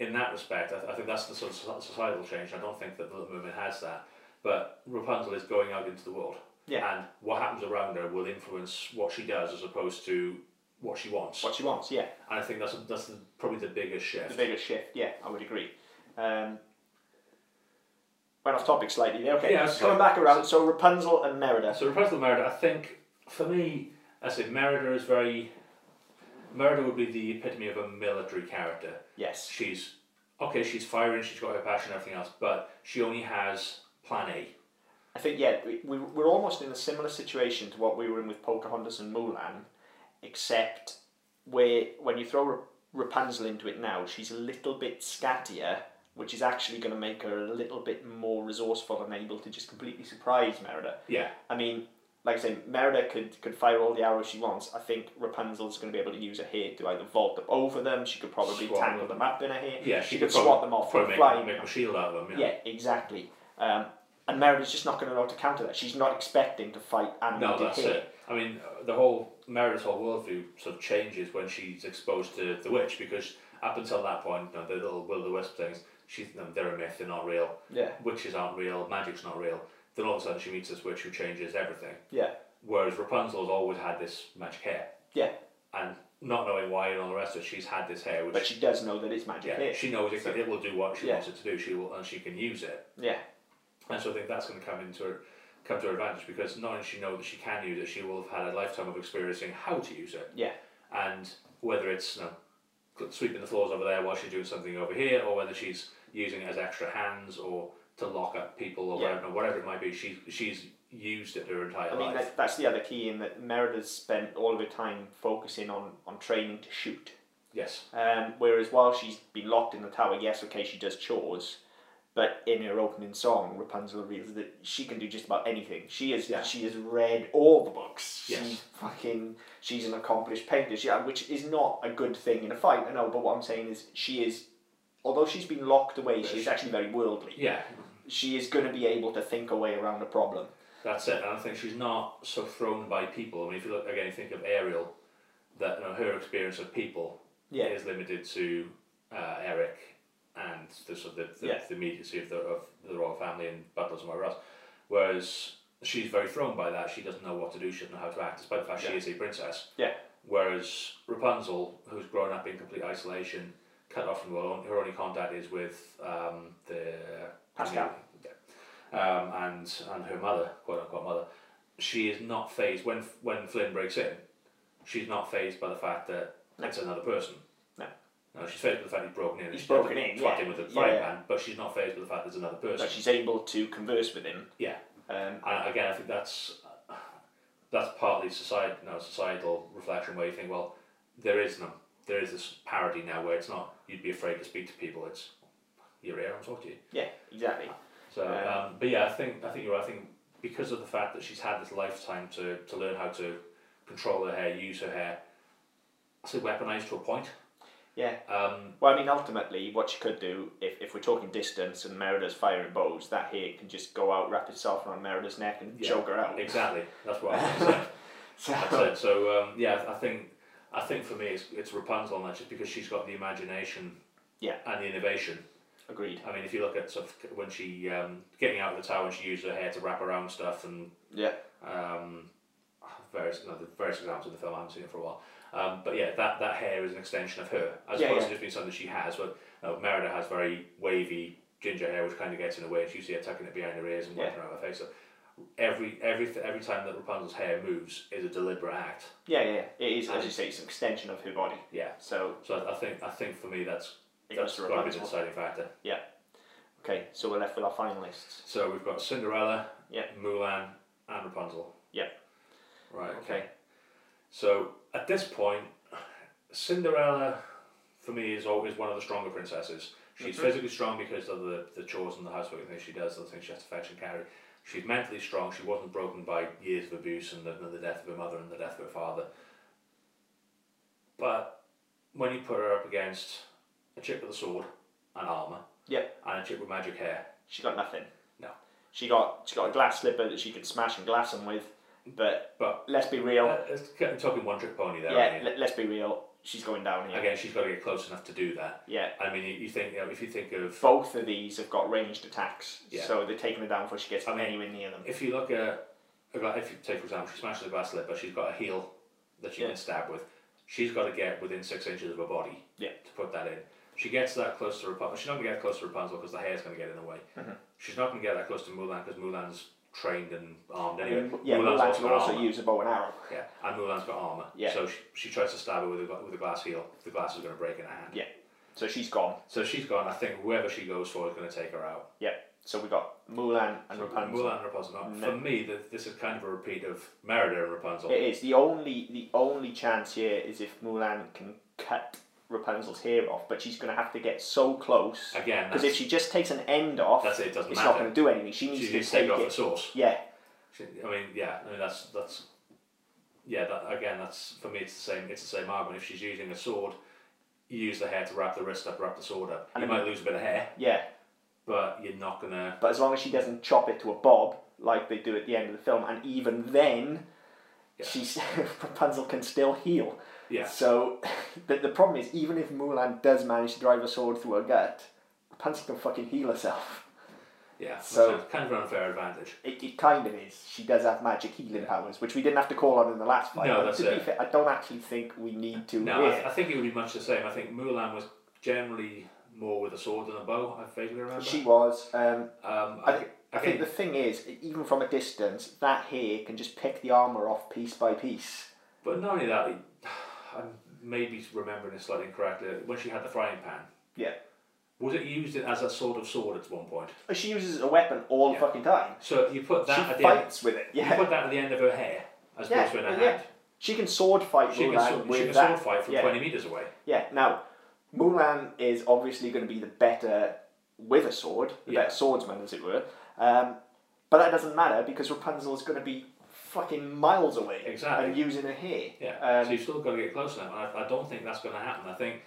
B: in that respect, I, I think that's the sort of so- societal change. I don't think that the Little Mermaid has that. But Rapunzel is going out into the world.
A: Yeah.
B: And what happens around her will influence what she does as opposed to what she wants.
A: What she wants, yeah.
B: And I think that's, that's the, probably the biggest shift.
A: The biggest shift, yeah, I would agree. Um, went off topic slightly there. Okay,
B: Yeah, that's
A: coming
B: fine.
A: back around. So Rapunzel and Merida.
B: So Rapunzel Merida, I think for me, I say Merida is very. Merida would be the epitome of a military character.
A: Yes.
B: She's okay. She's firing. She's got her passion. and Everything else, but she only has plan A.
A: I think yeah, we, we we're almost in a similar situation to what we were in with Pocahontas and Mulan, except where when you throw Ra- Rapunzel into it now, she's a little bit scattier, which is actually going to make her a little bit more resourceful and able to just completely surprise Merida.
B: Yeah,
A: I mean, like I say, Merida could, could fire all the arrows she wants. I think Rapunzel's going to be able to use her hair to either vault up over them. She could probably
B: Swat
A: tangle
B: them.
A: them up in her hair.
B: yeah.
A: she,
B: She,
A: could,
B: probably-
A: swat them off
B: Probably
A: from
B: make,
A: flying.
B: make a shield out of them. Yeah.
A: yeah, exactly. Um, and Merida's just not going to know how to counter that. She's not expecting to fight
B: No,
A: animated
B: that's
A: hair.
B: it. I mean, uh, the whole Merida's whole worldview sort of changes when she's exposed to the witch because up until that point, you know, the little will o' the wisp things, she's no, they're a myth. They're not real.
A: Yeah,
B: Witches aren't real. Magic's not real. Then all of a sudden, she meets this witch who changes everything.
A: yeah,
B: Whereas Rapunzel's always had this magic hair,
A: yeah.
B: and not knowing why and all the rest of it, she's had this hair, which
A: But she does know that it's magic
B: Yeah,
A: hair.
B: she knows it, it will do what she
A: Yeah.
B: wants it to do. She will, and she can use it.
A: yeah,
B: And so I think that's going to come into her, come to her advantage because not only she know that she can use it, she will have had a lifetime of experiencing how to use it.
A: yeah,
B: And whether it's you know, sweeping the floors over there while she's doing something over here, or whether she's using it as extra hands or to lock up people or
A: Yeah.
B: whatever, whatever it might be, she's she's used it her entire
A: I mean,
B: life.
A: that, that's the other key in that Merida's spent all of her time focusing on, on training to shoot.
B: yes.
A: Um, whereas while she's been locked in the tower, yes, okay, she does chores, but in her opening song, Rapunzel reveals that she can do just about anything. She is
B: Yeah.
A: she has read all the books. She
B: Yes.
A: fucking she's an accomplished painter. She, uh, which is not a good thing in a fight. I know, but what I'm saying is she is. Although she's been locked away, she is actually very worldly.
B: Yeah,
A: She is going to be able to think her way around a problem.
B: That's it. And I think she's not so thrown by people. I mean, if you look again, think of Ariel, that you know, her experience of people
A: Yeah.
B: is limited to uh, Eric and the sort of the, the,
A: Yeah.
B: the immediacy of the, of the royal family and butlers and whatever else. Whereas she's very thrown by that. She doesn't know what to do. She doesn't know how to act, despite the fact she
A: Yeah.
B: is a princess.
A: Yeah.
B: Whereas Rapunzel, who's grown up in complete isolation, cut off from the world, her only contact is with um, the
A: Pascal.
B: um, and and her mother, quote unquote mother. She is not phased when when Flynn breaks in. She's not phased by the fact that it's another person.
A: No.
B: No, she's phased by the fact he's broken in. and
A: He's
B: she's had to
A: broken in,
B: Twat
A: yeah.
B: him with a
A: Yeah,
B: frying
A: yeah.
B: pan, but she's not phased by the fact there's another person.
A: But she's able to converse with him.
B: yeah.
A: Um,
B: And again, I think that's that's partly society, no, societal reflection where you think, well, there is no, there is this parody now where it's not you'd be afraid to speak to people. It's you're here, I'm talking to you.
A: yeah, exactly.
B: So,
A: Yeah.
B: um, but yeah, I think I think you're right. I think because of the fact that she's had this lifetime to, to learn how to control her hair, use her hair, I say weaponized to a point.
A: Yeah.
B: Um,
A: Well, I mean, ultimately, what you could do, if, if we're talking distance and Merida's firing bows, that hair can just go out, wrap itself around Merida's neck and
B: Yeah.
A: choke her out.
B: exactly. That's what I was saying. That's
A: So,
B: it. So um, yeah, I think I think for me it's, it's Rapunzel on that just because she's got the imagination.
A: Yeah.
B: And the innovation.
A: agreed.
B: I mean, if you look at stuff when she um, getting out of the tower, and she used her hair to wrap around stuff and
A: Yeah.
B: um, various no, the various examples in the film. I haven't seen it for a while. Um, but yeah, that, that hair is an extension of her, as
A: Yeah,
B: opposed
A: yeah.
B: to just being something she has. But no, Merida has very wavy ginger hair, which kind of gets in the way, and she used to tucking it behind her ears and wiping it around her face. So every every every time that Rapunzel's hair moves is a deliberate act.
A: Yeah, yeah, yeah. It is, as you say, it's an extension of her body.
B: Yeah.
A: So,
B: So I, I think I think for me that's
A: it goes
B: that's
A: to
B: got to be the
A: Rapunzel.
B: deciding factor.
A: Okay, so we're left with our finalists.
B: So we've got Cinderella,
A: Yeah.
B: Mulan, and Rapunzel.
A: Yeah.
B: Right. Okay.
A: Okay.
B: So at this point, Cinderella, for me, is always one of the stronger princesses. She's
A: Mhm.
B: physically strong because of the, the chores and the housework and things she does, the things she has to fetch and carry. She's mentally strong. She wasn't broken by years of abuse and the, the death of her mother and the death of her father. But when you put her up against a chick with a sword and armor,
A: Yeah.
B: and a chick with magic hair,
A: She got nothing.
B: No.
A: She got she got a glass slipper that she could smash and glass them with, but
B: But-
A: let's be real.
B: uh, it's I'm talking one trick pony there.
A: yeah,
B: aren't you?
A: let, let's be real. She's going down here.
B: Again, she's got to get close enough to do that.
A: Yeah.
B: I mean, you, you think you know, if you think of
A: Both of these have got ranged attacks,
B: Yeah.
A: so they're taking her down before she gets
B: I mean,
A: anywhere near them.
B: if you look at a gla- if you take for example, she smashes a glass lip, but she's got a heel that she
A: Yeah.
B: can stab with. She's got to get within six inches of her body.
A: Yeah.
B: To put that in, she gets that close to Rapunzel. She's not gonna get close to Rapunzel because the hair's gonna get in the way.
A: Mm-hmm.
B: She's not gonna get that close to Mulan because Mulan's trained and armed anyway.
A: yeah,
B: Mulan's
A: Mulan
B: also
A: can
B: got
A: also
B: armor.
A: use a bow and arrow.
B: Yeah, and Mulan's got armor.
A: Yeah.
B: So she, she tries to stab her with a, gla- with a glass heel. The glass is gonna break in her hand.
A: Yeah. So she's gone.
B: So she's gone. I think whoever she goes for is gonna take her out.
A: Yeah. So we got Mulan and Rapunzel.
B: Mulan and Rapunzel.
A: No.
B: For me, th this is kind of a repeat of Merida and Rapunzel.
A: It is the only the only chance here is if Mulan can cut Rapunzel's hair off, but she's going to have to get so close
B: Again,
A: because if
B: that's,
A: she just takes an end off,
B: that's it. It doesn't
A: it's not
B: matter.
A: going to do anything. She needs
B: She
A: to
B: needs to
A: take
B: take off the
A: it.
B: source.
A: Yeah,
B: She, I mean, yeah. I mean, that's that's. Yeah, that again. That's for me. It's the same. It's the same argument. If she's using a sword, you use the hair to wrap the wrist up, wrap the sword up.
A: And
B: you
A: I mean-
B: might lose a bit of hair,
A: yeah.
B: but you're not gonna.
A: But as long as she doesn't chop it to a bob like they do at the end of the film, and even then,
B: Yeah.
A: she's Rapunzel can still heal.
B: Yeah.
A: So the, the problem is, even if Mulan does manage to drive a sword through her gut, Rapunzel can fucking heal herself.
B: Yeah. that's
A: So-
B: a- kind of an unfair advantage.
A: It, it kind of is. She does have magic healing powers, which we didn't have to call on in the last fight.
B: No,
A: But
B: that's
A: to be
B: it.
A: fair, I don't actually think we need to.
B: No,
A: here.
B: I, I think it would be much the same. I think Mulan was generally more with a sword than a bow. I vaguely remember.
A: she was. Um,
B: um,
A: I think, I
B: again,
A: think the thing is, even from a distance, that hair can just pick the armor off piece by piece.
B: But not only that, I'm maybe remembering this slightly incorrectly. When she had the frying pan,
A: Yeah.
B: was it used as a sort of sword at one point?
A: She uses a weapon all the
B: Yeah.
A: fucking time.
B: So you put that at
A: she
B: the end,
A: fights with it.
B: you
A: Yeah.
B: put that at the end of her hair as
A: Yeah,
B: opposed to in her
A: yeah.
B: hand.
A: She can sword fight
B: She can,
A: Mulan
B: sword,
A: with
B: she can
A: that.
B: sword fight from
A: yeah.
B: twenty meters away.
A: Yeah. Now, Mulan is obviously going to be the better with a sword, the
B: Yeah.
A: better swordsman, as it were. Um, but that doesn't matter because Rapunzel's going to be fucking miles away
B: Exactly.
A: and using her hair.
B: Yeah.
A: Um,
B: so you've still got to get close enough, and I, I don't think that's going to happen. I think,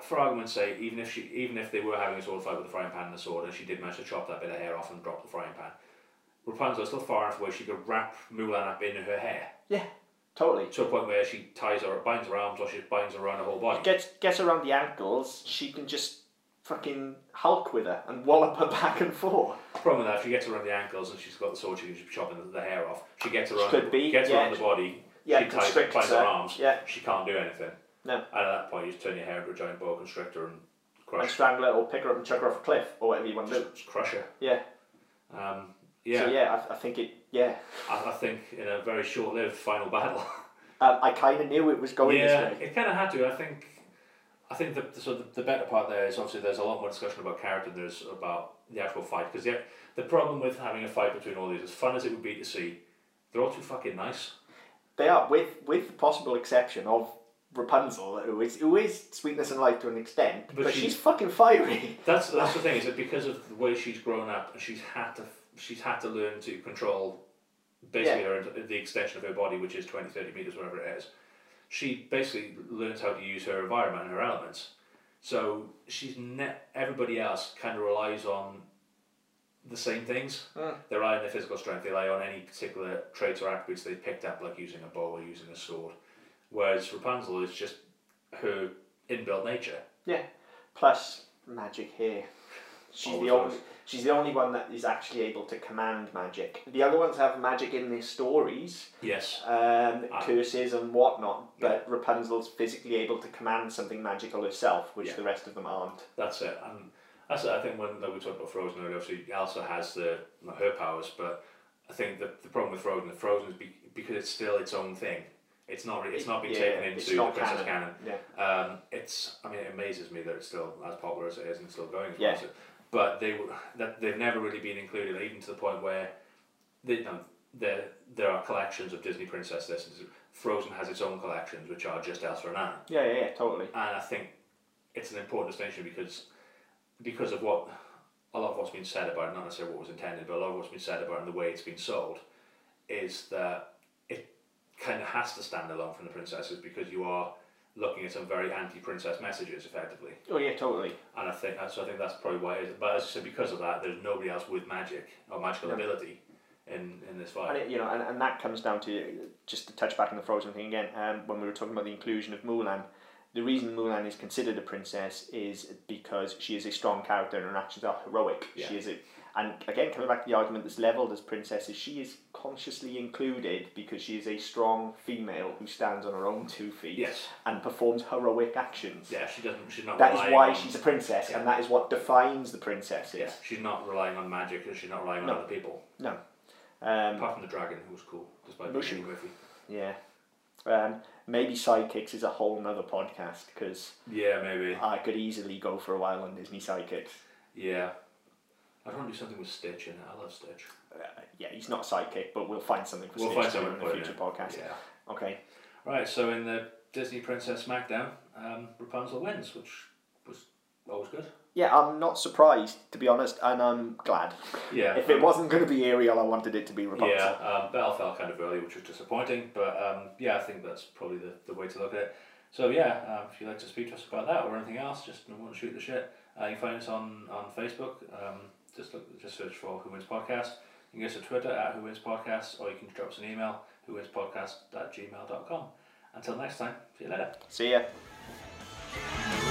B: for argument's sake, even if she, even if they were having a sword fight with a frying pan and a sword, and she did manage to chop that bit of hair off and drop the frying pan, Rapunzel's still far enough away she could wrap Mulan up in her hair.
A: yeah. Totally.
B: to a point where she ties her, binds her arms, or she binds her around her whole body.
A: Gets gets around the ankles. She can just fucking Hulk with her and wallop her back and forth.
B: Problem with that, if she gets around the ankles and she's got the sword, she can just be chopping the hair off. She gets around,
A: Could be,
B: gets
A: yeah.
B: around the body.
A: Yeah,
B: she ties,
A: constricts
B: binds her
A: her,
B: arms.
A: yeah.
B: she can't do anything.
A: No.
B: And at that point, you just turn your hair into a giant boa constrictor and
A: And
B: crush,
A: strangle her or pick her up and chuck her off a cliff or whatever you want to do.
B: just crush her.
A: Yeah.
B: Um, yeah,
A: So yeah, I, I think it. Yeah.
B: I, I think in a very short-lived final battle.
A: Um, I kind of knew it was going
B: yeah,
A: this way.
B: it kind of had to. I think. I think the, the sort of the better part there is obviously there's a lot more discussion about character than there's about the actual fight because the the problem with having a fight between all these, as fun as it would be to see, they're all too fucking nice.
A: They are, with with the possible exception of Rapunzel, who is who is sweetness and light to an extent, but,
B: But she-
A: she's fucking fiery.
B: That's that's the thing is that because of the way she's grown up, she's had to she's had to learn to control basically her, the extension of her body, which is 20, 30 meters, whatever it is. she basically learns how to use her environment and her elements. So she's ne- everybody else kind of relies on the same things.
A: Mm.
B: They rely on their physical strength. They rely on any particular traits or attributes they picked up, like using a bow or using a sword. Whereas Rapunzel is just her inbuilt nature.
A: Yeah. Plus magic hair. She's
B: Always
A: the only.
B: has.
A: She's the only one that is actually able to command magic. The other ones have magic in their stories,
B: Yes.
A: um,
B: Ah.
A: curses and whatnot. But Rapunzel's physically able to command something magical herself, which
B: Yeah.
A: the rest of them aren't.
B: That's it. And that's it. I think when like we talked about Frozen earlier, obviously Elsa has the not her powers, but I think the, the problem with Frozen, Frozen is be, because it's still its own thing. It's not really, it's not been
A: Yeah,
B: taken
A: it's
B: into the
A: not
B: Princess
A: canon.
B: Canon.
A: Yeah.
B: Um, it's I mean it amazes me that it's still as popular as it is and it's still going as well
A: Yeah.
B: as it- But they were- that they've never really been included, even to the point where they you know, there there are collections of Disney princess this and Frozen has its own collections which are just Elsa and Anna.
A: Yeah, yeah, yeah, totally.
B: And I think it's an important distinction because because of what a lot of what's been said about it, not necessarily what was intended, but a lot of what's been said about it and the way it's been sold is that it kind of has to stand alone from the princesses because you are looking at some very anti-princess messages effectively.
A: Oh yeah, totally.
B: And I think so. I think that's probably why. It is. But as I said, because of that, there's nobody else with magic or magical
A: No.
B: ability in in this fight.
A: And it, you know, and, and that comes down to just to touch back on the Frozen thing again. Um, when we were talking about the inclusion of Mulan, the reason Mulan is considered a princess is because she is a strong character and her actions are heroic.
B: Yeah.
A: She is a, and again coming back to the argument that's levelled as princesses, she is consciously included because she is a strong female who stands on her own two feet
B: Yes.
A: and performs heroic actions.
B: yeah, she doesn't. She's not.
A: That is
B: relying
A: why
B: on-
A: she's a princess,
B: Yeah.
A: and that is what defines the princesses.
B: Yeah, she's not relying on magic, and she's not relying on
A: No.
B: other people.
A: No. Um,
B: Apart from the dragon, who was cool, despite
A: Mushu.
B: being goofy.
A: Yeah. Um, maybe sidekicks is a whole nother podcast because
B: Yeah, maybe.
A: I could easily go for a while on Disney sidekicks.
B: Yeah. I'd want to do something with Stitch in it. I love Stitch.
A: Uh, yeah, he's not a sidekick, but we'll find something for
B: We'll
A: Stitch
B: find
A: to do in
B: someone
A: a
B: for it,
A: future
B: yeah.
A: podcast.
B: Yeah.
A: Okay.
B: Right, so in the Disney Princess SmackDown, um, Rapunzel wins, which was always good.
A: Yeah, I'm not surprised to be honest, and I'm glad.
B: Yeah.
A: If it
B: um,
A: wasn't going to be Ariel, I wanted it to be Rapunzel.
B: Yeah, um, Belle fell kind of early, which was disappointing, but um, yeah, I think that's probably the, the way to look at it. So yeah, um, if you'd like to speak to us about that or anything else, just want to shoot the shit, uh, you can find us on, on Facebook. Um, just look, just search for Who Wins Podcast. You can go to Twitter at Who Wins Podcast, or you can drop us an email, who wins podcast at gmail.com. Until next time, see you later.
A: See ya.
C: Thank